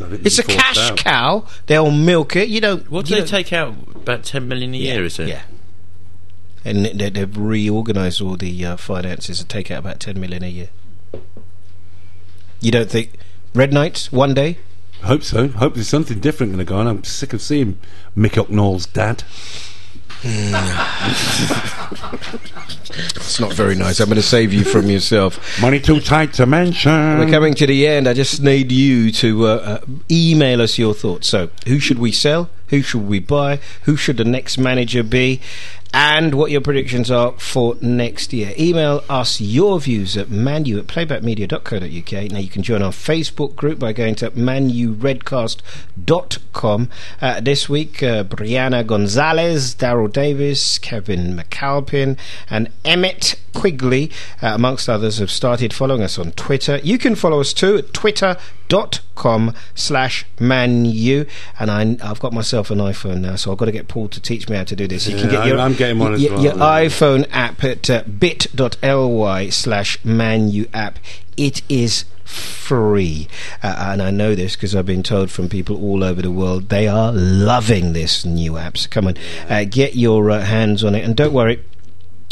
Speaker 2: I think
Speaker 1: It's a
Speaker 2: he's forced
Speaker 1: cash
Speaker 2: out.
Speaker 1: cow. They'll milk it. You don't.
Speaker 3: What do
Speaker 1: you
Speaker 3: they
Speaker 1: don't-
Speaker 3: take out? About 10 million a year, is it?
Speaker 1: Yeah. And they, they've reorganised all the uh, finances and take out about 10 million a year. You don't think Red Knights one day?
Speaker 2: Hope so. Hope there's something different going to go on. I'm sick of seeing Mick O'Connell's dad.
Speaker 1: It's not very nice. I'm going to save you from
Speaker 2: <laughs>
Speaker 1: yourself.
Speaker 2: Money too tight to mention.
Speaker 1: We're coming to the end. I just need you to uh, uh, email us your thoughts. So, who should we sell? Who should we buy? Who should the next manager be? And what your predictions are for next year. Email us your views at manu at playbackmedia.co.uk. Now, you can join our Facebook group by going to manuredcast.com. Uh, this week, uh, Brianna Gonzalez, Daryl Davis, Kevin McAlpin, and Emmett Quigley, uh, amongst others, have started following us on Twitter. You can follow us too at twitter.com slash manu. And I, I've got myself an iPhone now, so I've got to get Paul to teach me how to do this. You can
Speaker 2: Yeah,
Speaker 1: get your,
Speaker 2: I'm- I'm getting one as
Speaker 1: your-
Speaker 2: well.
Speaker 1: your iPhone app at uh, bit.ly slash manu app. It is free. Uh, and I know this because I've been told from people all over the world they are loving this new app. So come on, uh, get your uh, hands on it. And don't worry,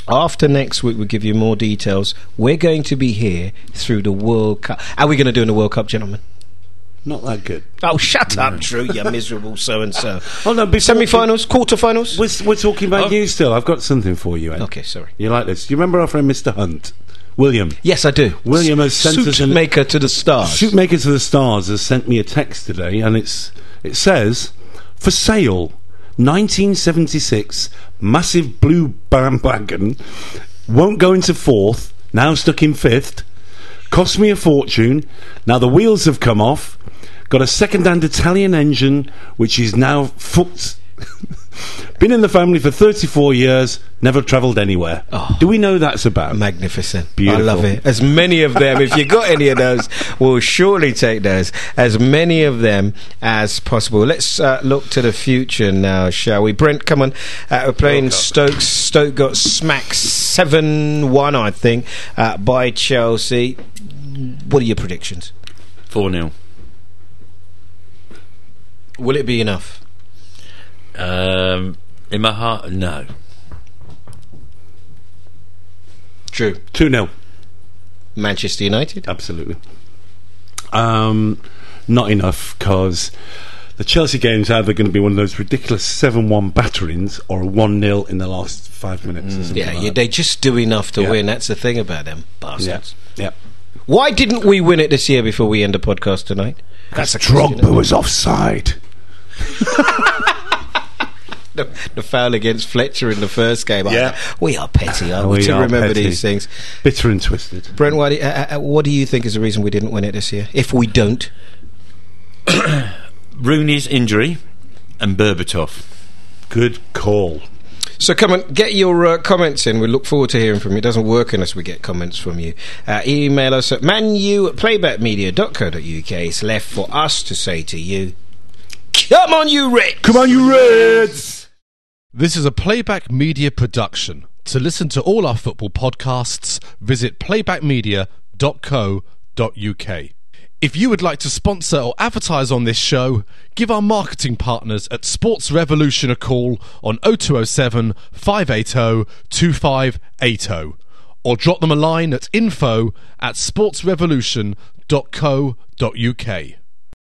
Speaker 1: after next week, we'll give you more details. We're going to be here through the World Cup. How are we going to do in the World Cup, gentlemen?
Speaker 2: Not that good.
Speaker 1: Oh, shut up, Drew, you miserable so and so.
Speaker 2: Mm. <laughs> Oh no, before-
Speaker 1: Semi finals, quarter finals?
Speaker 2: We're, s- we're talking about
Speaker 3: Oh.
Speaker 2: you still. I've got something for you, Ed.
Speaker 1: Okay, sorry.
Speaker 2: You like this? You remember our friend Mr. Hunt, William?
Speaker 1: Yes, I do.
Speaker 2: William has sent us
Speaker 1: Suit
Speaker 2: an-
Speaker 1: maker to the stars.
Speaker 2: Shootmaker to the Stars has sent me a text today, and it's it says for sale, 1976 massive blue bandwagon won't go into fourth. Now stuck in fifth. Cost me a fortune. Now the wheels have come off. Got a second-hand Italian engine, which is now fucked. <laughs> Been in the family for 34 years. Never travelled anywhere. Do we know that's about?
Speaker 1: Magnificent.
Speaker 2: Beautiful.
Speaker 1: I love it. As many of them, if you got any of those, we'll surely take those. As many of them as possible. Let's uh, look to the future now, shall we? Brent, come on. Uh, we're playing Stoke. Stoke got smacked 7 1, I think, uh, by Chelsea. What are your predictions?
Speaker 3: 4 0.
Speaker 1: Will it be enough?
Speaker 3: Um, in my heart, no.
Speaker 1: True.
Speaker 2: 2 0.
Speaker 1: Manchester United?
Speaker 2: Absolutely. Um, not enough because the Chelsea game's either going to be one of those ridiculous 7 1 batterings or a 1 0 in the last five minutes. or something
Speaker 1: Mm. Yeah,
Speaker 2: like
Speaker 1: you,
Speaker 2: that.
Speaker 1: they just do enough to
Speaker 2: Yeah.
Speaker 1: win. That's the thing about them
Speaker 2: Yeah.
Speaker 1: bastards.
Speaker 2: yeah.
Speaker 1: Why didn't we win it this year before we end the podcast tonight? That's a question.
Speaker 2: Drogba was offside.
Speaker 1: the, the foul against Fletcher in the first game. I-
Speaker 2: Yeah.
Speaker 1: we are petty, aren't we,
Speaker 2: We
Speaker 1: to
Speaker 2: are
Speaker 1: remember
Speaker 2: petty.
Speaker 1: these things.
Speaker 2: Bitter and twisted.
Speaker 1: Brent, what do, you, uh, uh, what do you think is the reason we didn't win it this year? If we don't,
Speaker 3: Rooney's injury and Berbatov.
Speaker 2: Good call.
Speaker 1: so come on, get your uh, comments in. We look forward to hearing from you. It doesn't work unless we get comments from you. Uh, email us at manu at playbackmedia.co.uk. It's left for us to say to you, "Come on, you Rick."
Speaker 2: Come on, you Reds!
Speaker 4: This is a Playback Media production. To listen to all our football podcasts, visit playbackmedia.co.uk. If you would like to sponsor or advertise on this show, give our marketing partners at Sports Revolution a call on 0207 580 2580 or drop them a line at info at sportsrevolution.co.uk.